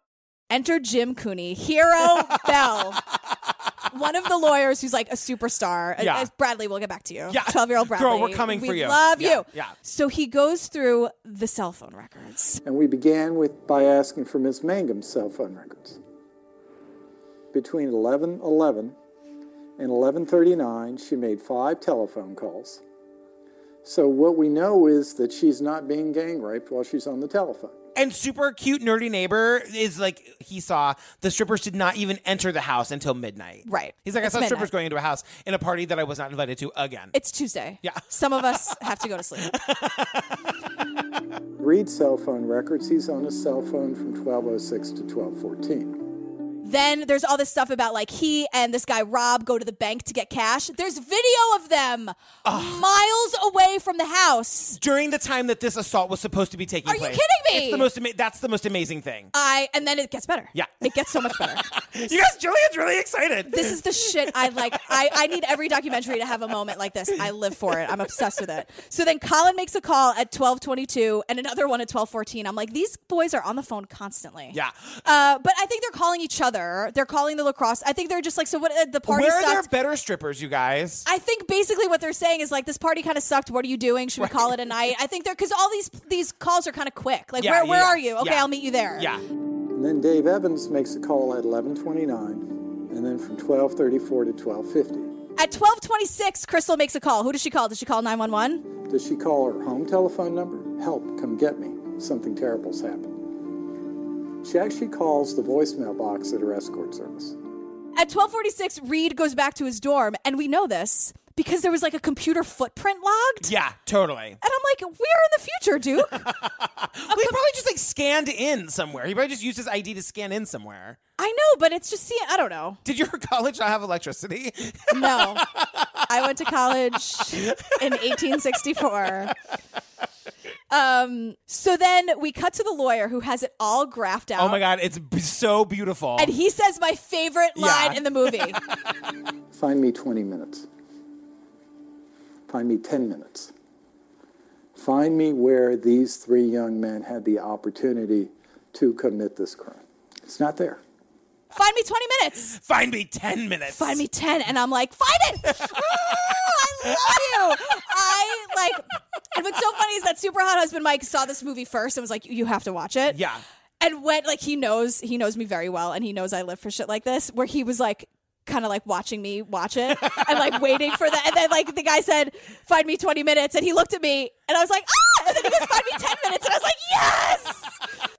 Enter Jim Cooney, Hero Bell. One of the lawyers who's like a superstar. Uh,
Yeah.
uh, Bradley, we'll get back to you.
Yeah.
12 year old
Girl,
Bradley.
we're coming
we
for you.
love
Yeah,
you.
yeah.
So he goes through the cell phone records.
And we began with by asking for Ms. Mangum's cell phone records. Between 11:11 and 11:39, she made five telephone calls. So what we know is that she's not being gang raped while she's on the telephone.
And super cute nerdy neighbor is like he saw the strippers did not even enter the house until midnight.
Right.
He's like,
It's
I saw
midnight.
strippers going into a house in a party that I was not invited to again.
It's Tuesday. Yeah. Some of us have to go to sleep.
Read cell phone records. He's on his cell phone from 12:06 to 12:14.
Then there's all this stuff about like he and this guy Rob go to the bank to get cash. There's video of them miles away from the house.
During the time that this assault was supposed to be taking
Are you
place.
kidding me?
It's the most ama- that's the most amazing thing.
I and then it gets better.
Yeah.
It gets so much better.
you guys, Julian's really excited.
This is the shit I like. I, I need every documentary to have a moment like this. I live for it. I'm obsessed with it. So then Colin makes a call at 12:22 and another one at 12:14. I'm like, these boys are on the phone constantly.
Yeah.
Uh, but I think they're calling each other. They're calling the lacrosse. I think they're just like, so what? Uh, the party
Where are
sucked.
there better strippers, you guys?
I think basically what they're saying is like this party kind of sucked. What are you doing? Should we call it a night? I think they're because all these these calls are kind of quick. Like
Yeah,
where
yeah,
where
yeah.
are you? Okay,
Yeah.
I'll meet you there.
Yeah. And then Dave Evans makes a call at 11:29 and then from 12:34 to 12:50.
At twelve twenty six, Crystal makes a call. Who does she call? Does she call nine one one?
Does she call her home telephone number? Help, come get me. Something terrible's happened. She actually calls the voicemail box at her escort service.
At twelve forty six, Reed goes back to his dorm, and we know this because there was like a computer footprint logged.
Yeah, totally.
And I'm like, we're in the future, Duke.
Well, he probably just like scanned in somewhere. He probably just used his ID to scan in somewhere.
I know, but it's just see, I don't know.
Did your college not have electricity?
No. I went to college in 1864. Um, so then we cut to the lawyer who has it all graphed out.
Oh my god, it's b- so beautiful.
And he says my favorite
Yeah.
line in the movie.
Find me 20 minutes. Find me 10 minutes. Find me where these three young men had the opportunity to commit this crime. It's not there.
Find me 20 minutes.
Find me 10 minutes.
Find me 10. And I'm like, find it. Ah, I love you. I like, and what's so funny is that Super Hot Husband Mike saw this movie first and was like, you have to watch it.
Yeah.
and when like he knows he knows me very well and he knows I live for shit like this where he was like kind of like watching me watch it and like waiting for that and then like the guy said find me 20 minutes and he looked at me and I was like ah and then he goes find me 10 minutes and I was like yes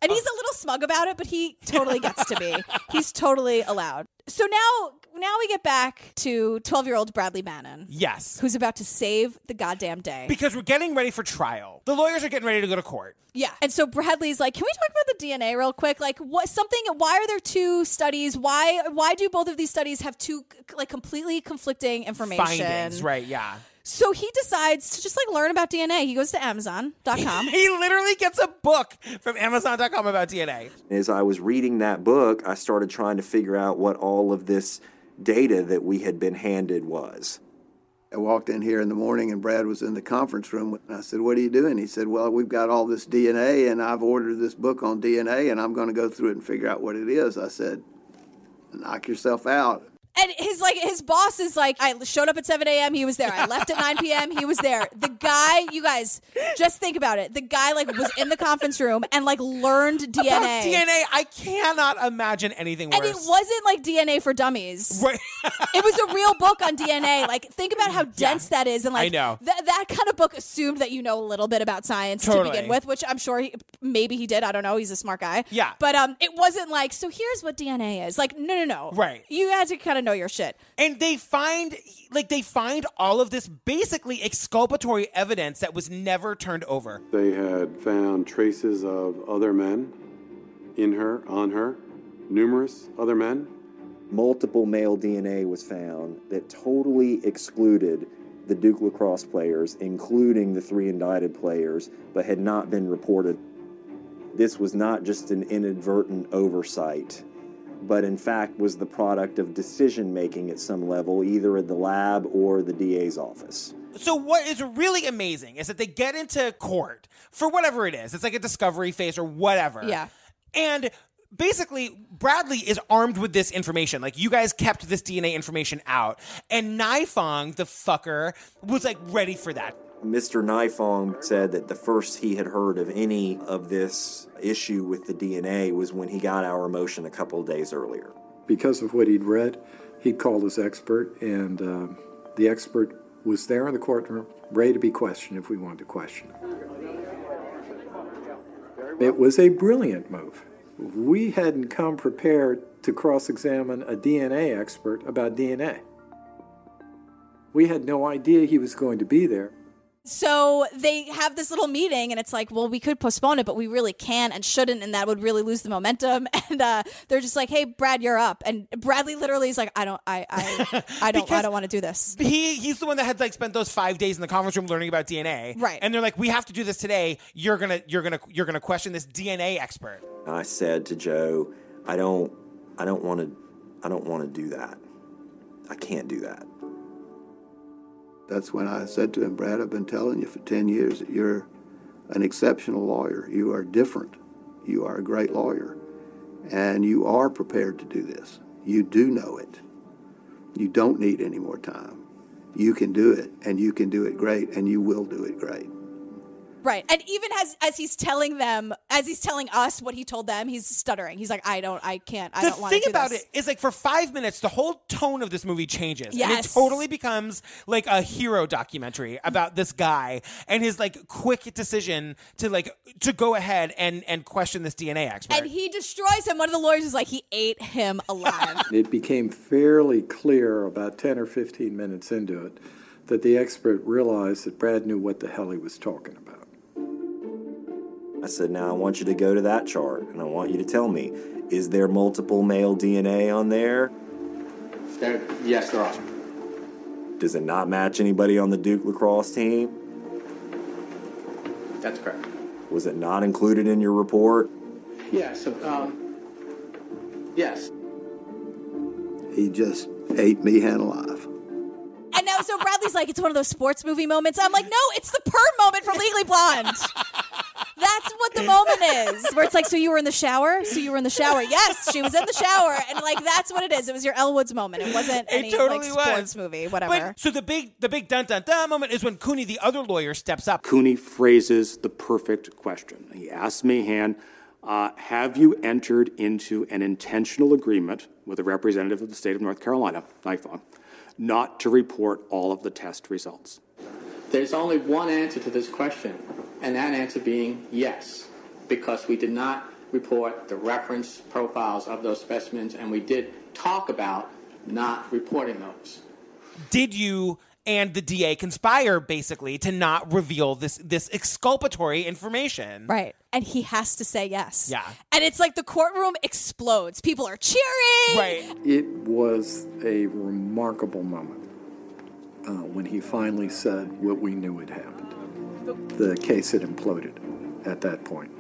and he's a little smug about it but he totally gets to me he's totally allowed so now now we get back to 12 year old Bradley Bannon
Yes.
who's about to save the goddamn day
Because we're getting ready for trial. The lawyers are getting ready to go to court.
yeah. And so Bradley's like, "Can we talk about the DNA real quick? Like what something why are there two studies? Why why do both of these studies have two like completely conflicting information?"
Findings, right? Yeah.
So he decides to just like learn about DNA. He goes to amazon.com.
he literally gets a book from Amazon.com about DNA.
As I was reading that book, I started trying to figure out what all of this data that we had been handed was.
I walked in here in the morning and Brad was in the conference room. And I said, What are you doing? He said, Well, we've got all this DNA and I've ordered this book on DNA and I'm going to go through it and figure out what it is. I said, Knock yourself out.
And his like his boss is like, I showed up at 7 a.m. He was there. I left at 9 p.m. He was there. The guy, you guys, just think about it. The guy like was in the conference room and like learned DNA.
About DNA, I cannot imagine anything worse.
And it wasn't like DNA for dummies. it was a real book on DNA. Like, think about how dense that is, and like
I know.
tha- that kind of book assumed that you know a little bit about science to
Totally.
begin with, which I'm sure he, maybe he did. I don't know. He's a smart guy.
Yeah.
But um, it wasn't like so. Here's what DNA is. Like, no, no, no.
Right.
You had to kind of know your shit.
And they find like they find all of this basically exculpatory evidence that was never turned over.
They had found traces of other men in her, on her, numerous other men.
Multiple male DNA was found that totally excluded the Duke lacrosse players, including the three indicted players, but had not been reported. This was not just an inadvertent oversight, but in fact was the product of decision making at some level, either at the lab or the DA's office.
So what is really amazing is that they get into court for whatever it is. It's like a discovery phase or whatever.
Yeah.
And basically Bradley is armed with this information. Like you guys kept this DNA information out. And Nifong, the fucker, was like ready for that.
Mr. Nifong said that the first he had heard of any of this issue with the DNA was when he got our motion a couple of days earlier.
Because of what he'd read, he'd called his expert, and um, the expert was there in the courtroom, ready to be questioned if we wanted to question him. It was a brilliant move. We hadn't come prepared to cross examine a DNA expert about DNA. We had no idea he was going to be there.
So they have this little meeting, and it's like, well, we could postpone it, but we really can and shouldn't, and that would really lose the momentum. And uh, they're just like, hey, Brad, you're up. And Bradley literally is like, I don't, I, I, I don't, I don't want to do this.
He he's the one that had like spent those five days in the conference room learning about DNA.
Right.
And they're like, we have to do this today. You're gonna you're gonna you're gonna question this DNA expert.
And I said to Joe, I don't I don't want to I don't want to do that. I can't do that.
That's when I said to him, Brad, I've been telling you for 10 years that you're an exceptional lawyer. You are different. You are a great lawyer. And you are prepared to do this. You do know it. You don't need any more time. You can do it, and you can do it great, and you will do it great.
Right. And even as as he's telling them, as he's telling us what he told them, he's stuttering. He's like, I don't, I can't, I
the
don't want to
thing
do
about
this.
it is like for five minutes, the whole tone of this movie changes. And it
Yes.
totally becomes like a hero documentary about this guy and his like quick decision to like to go ahead and and question this DNA expert.
And he destroys him. One of the lawyers is like, he ate him alive.
It became fairly clear about 10 or 15 minutes into it that the expert realized that Brad knew what the hell he was talking about.
I said, now I want you to go to that chart and I want you to tell me, is there multiple male DNA on there?
There, yes, there are.
Does it not match anybody on the Duke lacrosse team?
That's correct.
Was it not included in your report?
Yeah, so, um, yes.
He just ate me hand alive.
And now, so Bradley's like, it's one of those sports movie moments. I'm like, no, it's the perm moment from Legally Blonde. That's what the moment is, where it's like, so you were in the shower, so you were in the shower. Yes, she was in the shower, and like that's what it is. It was your Elwood's moment. It wasn't any like, sports movie, whatever.
But, so the big the big dun dun dun moment is when Cooney, the other lawyer, steps up.
Cooney phrases the perfect question. He asks Mahan, uh, have you entered into an intentional agreement with a representative of the state of North Carolina, NIFON, not to report all of the test results?
There's only one answer to this question, and that answer being yes, because we did not report the reference profiles of those specimens, and we did talk about not reporting those.
did you and the DA conspire basically to not reveal this this exculpatory information?
Right. And he has to say yes.
Yeah.
And it's like the courtroom explodes. People are cheering.
Right.
It was a remarkable moment uh, when he finally said what we knew had happened. The case had imploded at that point.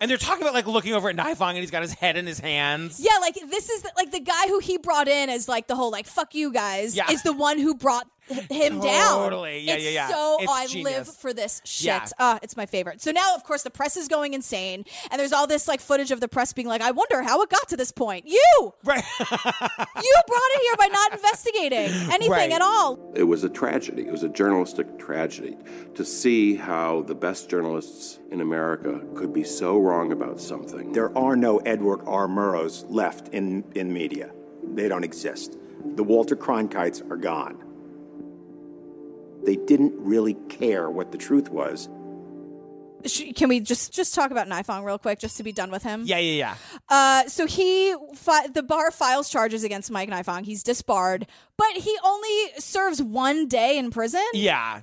And they're talking about like looking over at Nifong and he's got his head in his hands.
Yeah, like this is the, like the guy who he brought in as like the whole like fuck you guys
Yeah.
is the one who brought h- him down.
Totally. Yeah,
It's
yeah, yeah.
So
It's
I live
genius.
for this shit.
Yeah.
Ah, it's my favorite. So now, of course, the press is going insane, and there's all this like footage of the press being like, "I wonder how it got to this point." You,
right?
you brought it here by not investigating anything
Right.
at all.
It was a tragedy. It was a journalistic tragedy to see how the best journalists in America could be so wrong about something.
There are no Edward R. Murrows left in, in media. They don't exist. The Walter Cronkites are gone. They didn't really care what the truth was.
Sh- Can we just just talk about Nifong real quick, just to be done with him?
Yeah, yeah, yeah.
Uh, so he fi- the bar files charges against Mike Nifong. He's disbarred, but he only serves one day in prison.
Yeah.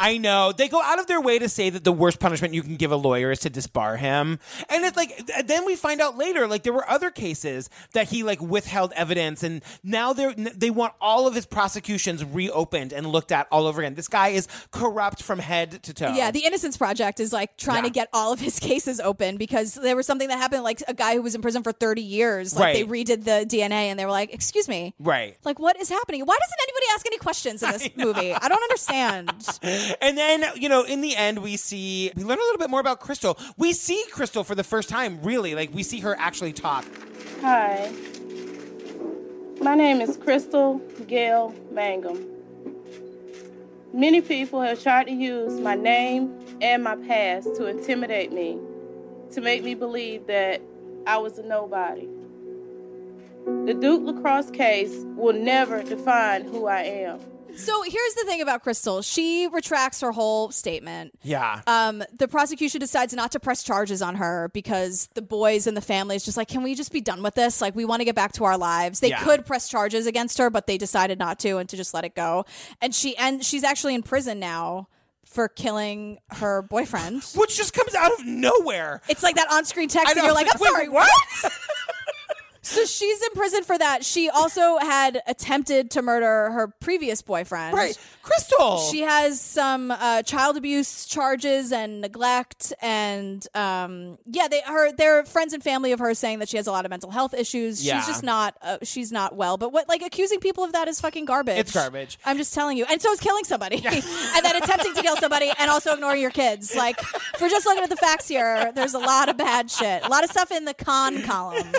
I know. They go out of their way to say that the worst punishment you can give a lawyer is to disbar him. And it's like th- then we find out later like there were other cases that he like withheld evidence and now they are they want all of his prosecutions reopened and looked at all over again. This guy is corrupt from head to toe.
Yeah, the Innocence Project is like trying to
Yeah.
get all of his cases open because there was something that happened, like a guy who was in prison for 30 years. Like they
Right.
redid the DNA and they were like, "Excuse me,
Right.
like what is happening? Why doesn't anybody ask any questions in this movie? I don't understand."
and then you know in the end we see we learn a little bit more about crystal we see crystal for the first time really like we see her actually talk
Hi. My name is Crystal Gail Mangum. Many people have tried to use my name and my past to intimidate me, to make me believe that I was a nobody. The Duke LaCrosse case will never define who I am.
so here's the thing about Crystal: she retracts her whole statement.
yeah
Um, the prosecution decides not to press charges on her because the boys and the family is just like, can we just be done with this? Like, we want to get back to our lives. They
Yeah.
could press charges against her, but they decided not to and to just let it go. And she and she's actually in prison now for killing her boyfriend.
Which just comes out of nowhere.
It's like that on-screen text,
I
and
know.
you're like, I'm
Wait,
sorry,
what?
so she's in prison for that. She also had attempted to murder her previous boyfriend.
Right. Crystal.
She has some uh, child abuse charges and neglect, and um, yeah, they her their friends and family of her saying that she has a lot of mental health issues.
Yeah.
She's just not uh, she's not well. But what like accusing people of that is fucking garbage.
It's garbage.
I'm just telling you. And so is killing somebody, and then attempting to kill somebody, and also ignoring your kids. Like if we're just looking at the facts here, there's a lot of bad shit, a lot of stuff in the con column.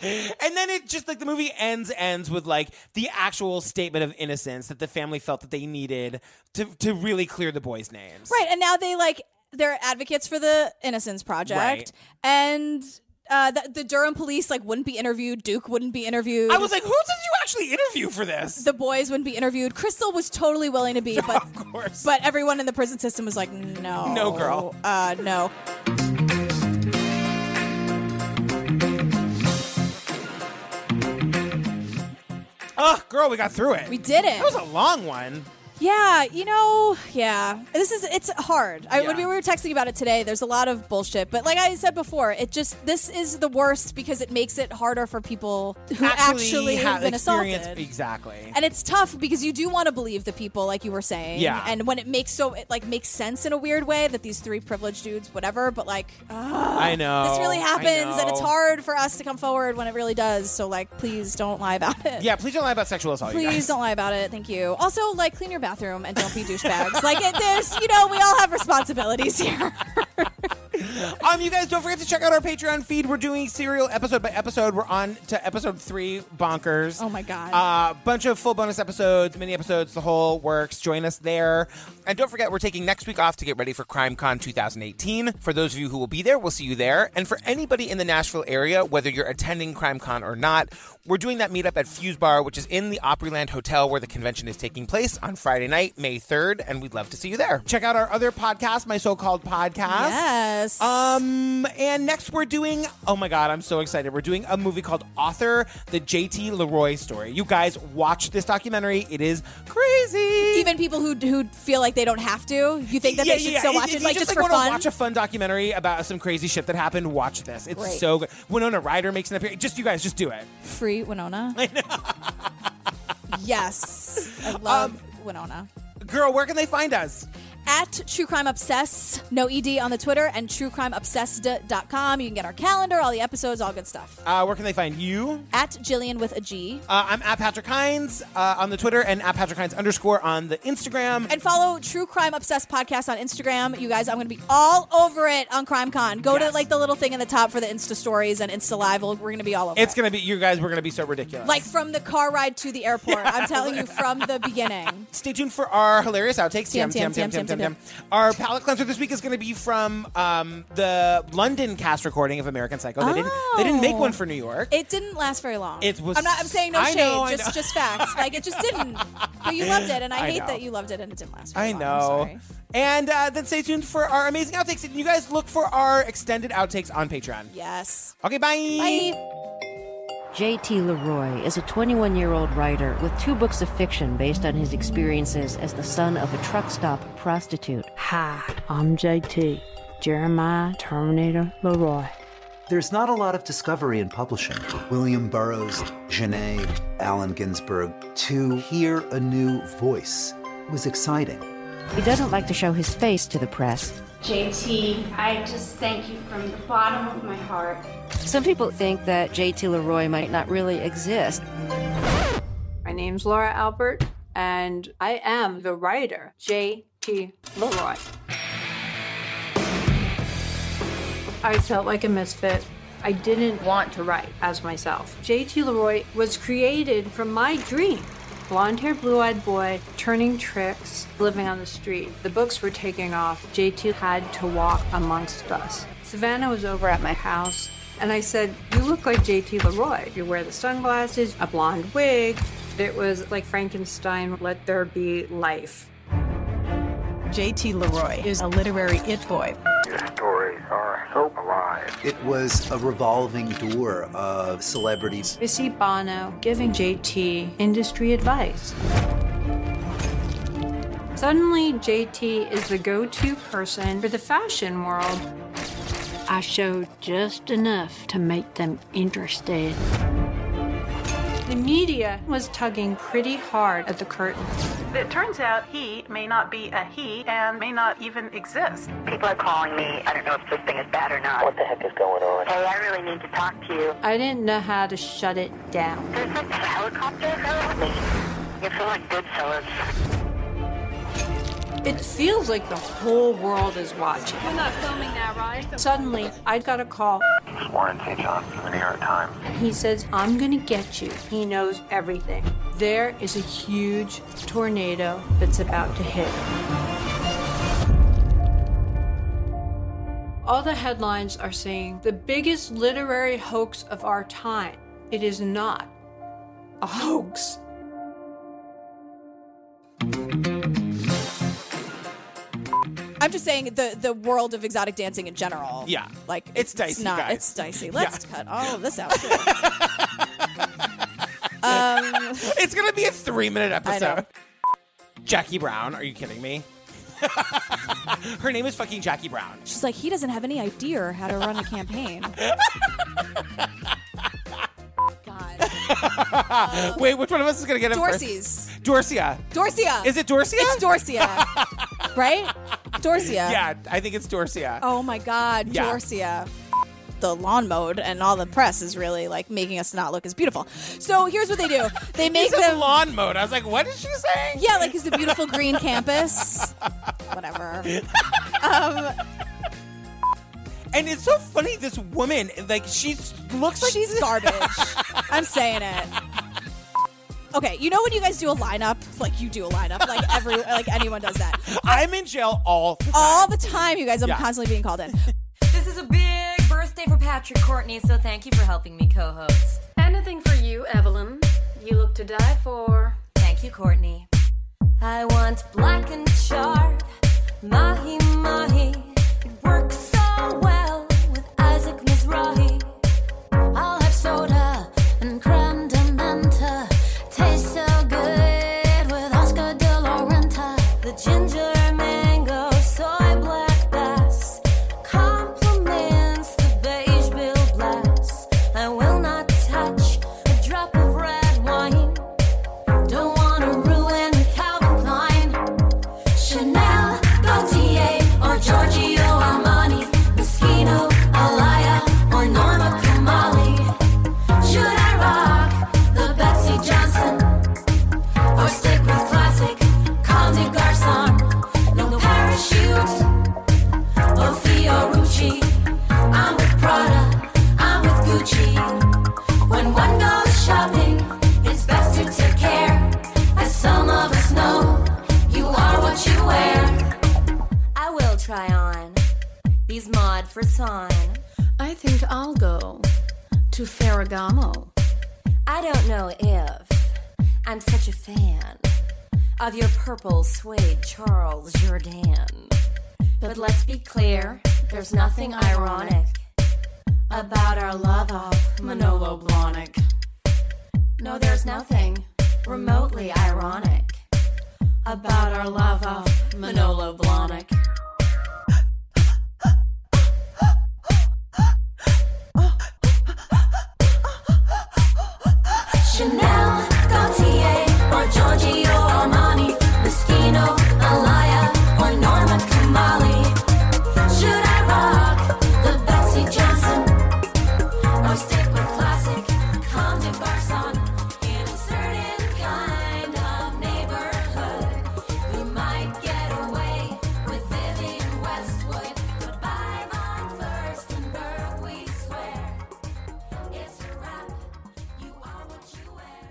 and then it just like the movie ends ends with like the actual statement of innocence that the family felt that they needed to to really clear the boys names
Right, and now they like they're advocates for the Innocence Project,
Right.
and uh, the, the Durham police like wouldn't be interviewed. Duke wouldn't be interviewed.
i was like who did you actually interview for this
The boys wouldn't be interviewed. Crystal was totally willing to be, but of
course.
but everyone in the prison system was like, no,
No, girl.
uh, no.
oh girl we got through it
We did it.
that was a long one
Yeah, you know, yeah. This is it's hard. I,
Yeah.
When we were texting about it today, there's a lot of bullshit. But like I said before, it just this is the worst because it makes it harder for people who actually,
ha-
have been
experience-
assaulted.
exactly
And it's tough because you do want to believe the people, like you were saying.
Yeah.
And when it makes so it like makes sense in a weird way that these three privileged dudes, whatever, but like, ugh,
I know.
this really
Oh, I
happens, and it's
know.
hard for us to come forward when it really does. So like, please don't lie about it.
yeah please don't lie about sexual assault Oh, you
Please
guys.
don't lie about it. Thank you. Also, like, clean your bathroom and don't be douchebags. like, it, there's, you know, we all have responsibilities here.
Um, you guys don't forget to check out our Patreon feed. We're doing serial episode by episode. We're on to episode three, bonkers.
Oh my god.
A bunch of full bonus episodes, mini episodes, the whole works. Join us there. And don't forget, we're taking next week off to get ready for CrimeCon 2018. For those of you who will be there, we'll see you there. And for anybody in the Nashville area, whether you're attending CrimeCon or not, we're doing that meetup at Fuse Bar, which is in the Opryland Hotel where the convention is taking place on Friday night, May 3rd. And we'd love to see you there. Check out our other podcast, My So Called Podcast.
Yes.
Um, and next we're doing, oh my God, I'm so excited. We're doing a movie called Author, the JT Leroy story. You guys watch this documentary. It is crazy.
Even people who who feel like they don't have to, you think that they should still watch it,
If- if you
like
just,
just, for
wanna
fun.
Watch a fun documentary about some crazy shit that happened. Watch this. It's
Great.
so good. Winona Ryder makes an appearance. Just you guys, just do it.
Free Winona. I know. yes, I love Winona.
Um, Girl, where can they find us?
At True Crime Obsess, no ED on the Twitter, and truecrimeobsessed.com. You can get our calendar, all the episodes, all good stuff.
Uh, where can they find you?
At Jillian with a G.
Uh, I'm at Patrick Hines uh, on the Twitter and at Patrick Hines underscore on the Instagram.
Um, And follow True Crime Obsessed podcast on Instagram. You guys, I'm going to be all over it on CrimeCon. Go to like the little thing in the top for the Insta stories and Insta Live. We're going to be all over
It's
it.
gonna be you guys. We're gonna be so ridiculous.
Like from the car ride to the airport. I'm telling you from the beginning.
Stay tuned for our hilarious outtakes.
TM,
TM, TM, TM, TM, TM, TM. Our palate cleanser this week is going to be from um, the London cast recording of American Psycho. They didn't. They didn't make one for New York.
Oh. It didn't last very long.
It was-
I'm not. I'm saying no
I
shade.
know, I know.
just, just facts. Like it just didn't. But you loved it, and I,
I
hate
know.
that you loved it, and it didn't last. Very
I
long.
know. And uh, then stay tuned for our amazing outtakes. And you guys look for our extended outtakes on Patreon.
Yes.
Okay. Bye.
Bye.
JT Leroy is a 21 year old writer with two books of fiction based on his experiences as the son of a truck stop prostitute.
Hi, I'm JT, Jeremiah Terminator Leroy.
There's not a lot of discovery in publishing. William Burroughs, Genet, Allen Ginsberg. To hear a new voice was exciting.
He doesn't like to show his face to the press.
JT, I just thank you from the bottom of my heart.
Some people think that JT Leroy might not really exist.
My name's Laura Albert, and I am the writer, JT Leroy. I felt like a misfit. I didn't want to write as myself. JT Leroy was created from my dream. Blonde haired, blue eyed boy, turning tricks, living on the street. The books were taking off. JT had to walk amongst us. Savannah was over at my house, and I said, You look like JT Leroy. You wear the sunglasses, a blonde wig. It was like Frankenstein, let there be life.
JT Leroy is a literary it boy.
Your stories are so alive. It was a revolving door of celebrities.
I see Bono giving JT industry advice. Suddenly, JT is the go to person for the fashion world. I showed just enough to make them interested. The media was tugging pretty hard at the curtain.
It turns out he may not be a he and may not even exist. People are calling me. I don't know if this thing is bad or not. What the heck is going on? Hey, I really need to talk to you.
I didn't know how to shut it down.
There's like a helicopter around me. You feel like Goodfellas.
It feels like the whole world is watching. We're not filming that, right? Suddenly, I got a call.
It's Warren St. John from the New York Times.
He says, I'm gonna get you. He knows everything. There is a huge tornado that's about to hit. All the headlines are saying the biggest literary hoax of our time. It is not a hoax.
I'm just saying the the world of exotic dancing in general.
Yeah.
Like
It's dicey,
Not,
guys.
It's dicey. Let's
Yeah.
cut all of this out. um,
it's gonna be a three-minute
I know.
episode. Jackie Brown? Are you kidding me? Her name is fucking Jackie Brown.
She's like, he doesn't have any idea how to run a campaign. Oh.
Wait, which one of us is gonna get it
Dorsey's.
first? Dorcia.
Dorcia.
Is it Dorcia?
It's Dorcia. right? Dorcia.
Yeah, I think it's Dorcia.
Oh my God,
Yeah.
Dorcia. The lawn mode and all the press is really like making us not look as beautiful. So here's what they do: they make
He says
them
lawn mode. I was like, what is she saying?
Yeah, like it's the beautiful green campus. Whatever. Um,
And it's so funny. This woman, like, she looks like
she's garbage. I'm saying it. Okay, you know when you guys do a lineup, like you do a lineup, like every like anyone does that.
I'm in jail all the time.
All the time, you guys. I'm
Yeah.
constantly being called in.
This is a big birthday for Patrick Courtney, so thank you for helping me co host.
Anything for you, Evelyn. You look to die for.
Thank you, Courtney. I want black and charred, mahi mahi. It works so well with Isaac Mizrahi. I'll have soda and creme de menthe. Tastes so good with Oscar de la Renta. The ginger mango, soy black bass. Compliments the beige bill blast. I will not touch a drop of red wine. Don't wanna ruin Calvin Klein, Chanel, Gaultier, or Giorgio Armani, Moschino, Alaya, or Norma Kamali. Should I rock the Betsy Johnson or stick with classic Comme des Garçons? No parachute or Fiorucci. I'm with Prada, I'm with Gucci. When one goes shopping, it's best to take care. As some of us know, you are what you wear. I will try on these mod for son.
I think I'll go to Ferragamo.
I don't know if I'm such a fan of your purple suede Charles Jourdan. But let's be clear, there's nothing ironic about our love of Manolo Blahnik. No, there's nothing remotely ironic about our love of Manolo Blahnik. Chanel, Gaultier, or Giorgio Armani, Moschino, Alaya, or Norma Kamali. Should I rock the Betsy Johnson or stick with classic Comme des Garçons? In a certain kind of neighborhood, we might get away with Vivian Westwood, but by Von Furstenberg we swear it's a wrap. You are what you wear.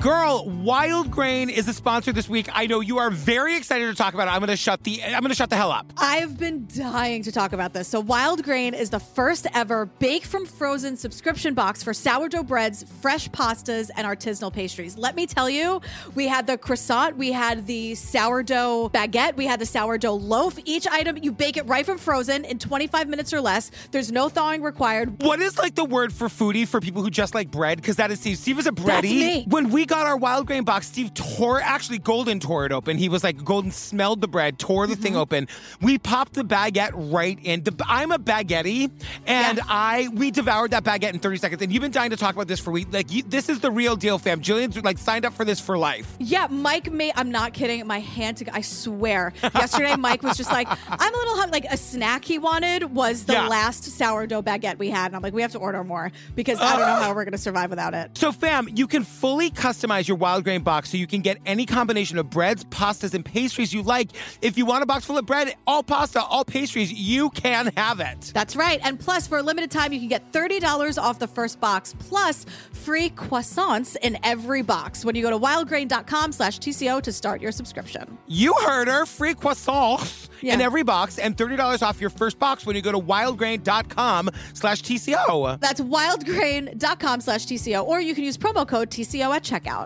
Girl, Wild Grain is the sponsor this week. I know you are very excited to talk about it. I'm gonna shut the I'm gonna shut the hell up.
I've been dying to talk about this. So, Wild Grain is the first ever bake from frozen subscription box for sourdough breads, fresh pastas, and artisanal pastries. Let me tell you, we had the croissant, we had the sourdough baguette, we had the sourdough loaf. Each item, you bake it right from frozen in 25 minutes or less. There's no thawing required.
What is like the word for foodie for people who just like bread? Because that is Steve. Steve is a bready.
That's me.
When we got our wild grain box, Steve tore actually Golden tore it open. He was like Golden smelled the bread, tore the
Mm-hmm.
thing open. We popped the baguette right in. The, I'm a baguette, and I we devoured that baguette in 30 seconds. And you've been dying to talk about this for weeks. Like you, this is the real deal, fam. Jillian's like signed up for this for life.
Yeah, Mike made. I'm not kidding. My hand to. I swear. Yesterday, Mike was just like, "I'm a little hungry." Like a snack he wanted was the
Yeah.
last sourdough baguette we had, and I'm like, "We have to order more because I don't know how we're gonna survive without it."
So, fam, you can fully customize your wild grain box so you can get any combination of breads, pastas, and pastries you like. If you want a box full of bread, all pasta, all pastries, you can have it.
That's right. And plus, for a limited time, you can get $30 off the first box, plus free croissants in every box when you go to wildgrain.com slash TCO to start your subscription.
You heard her. Free croissants in
Yeah.
every box and $30 off your first box when you go to wildgrain.com slash TCO.
That's wildgrain.com slash TCO, or you can use promo code TCO at checkout.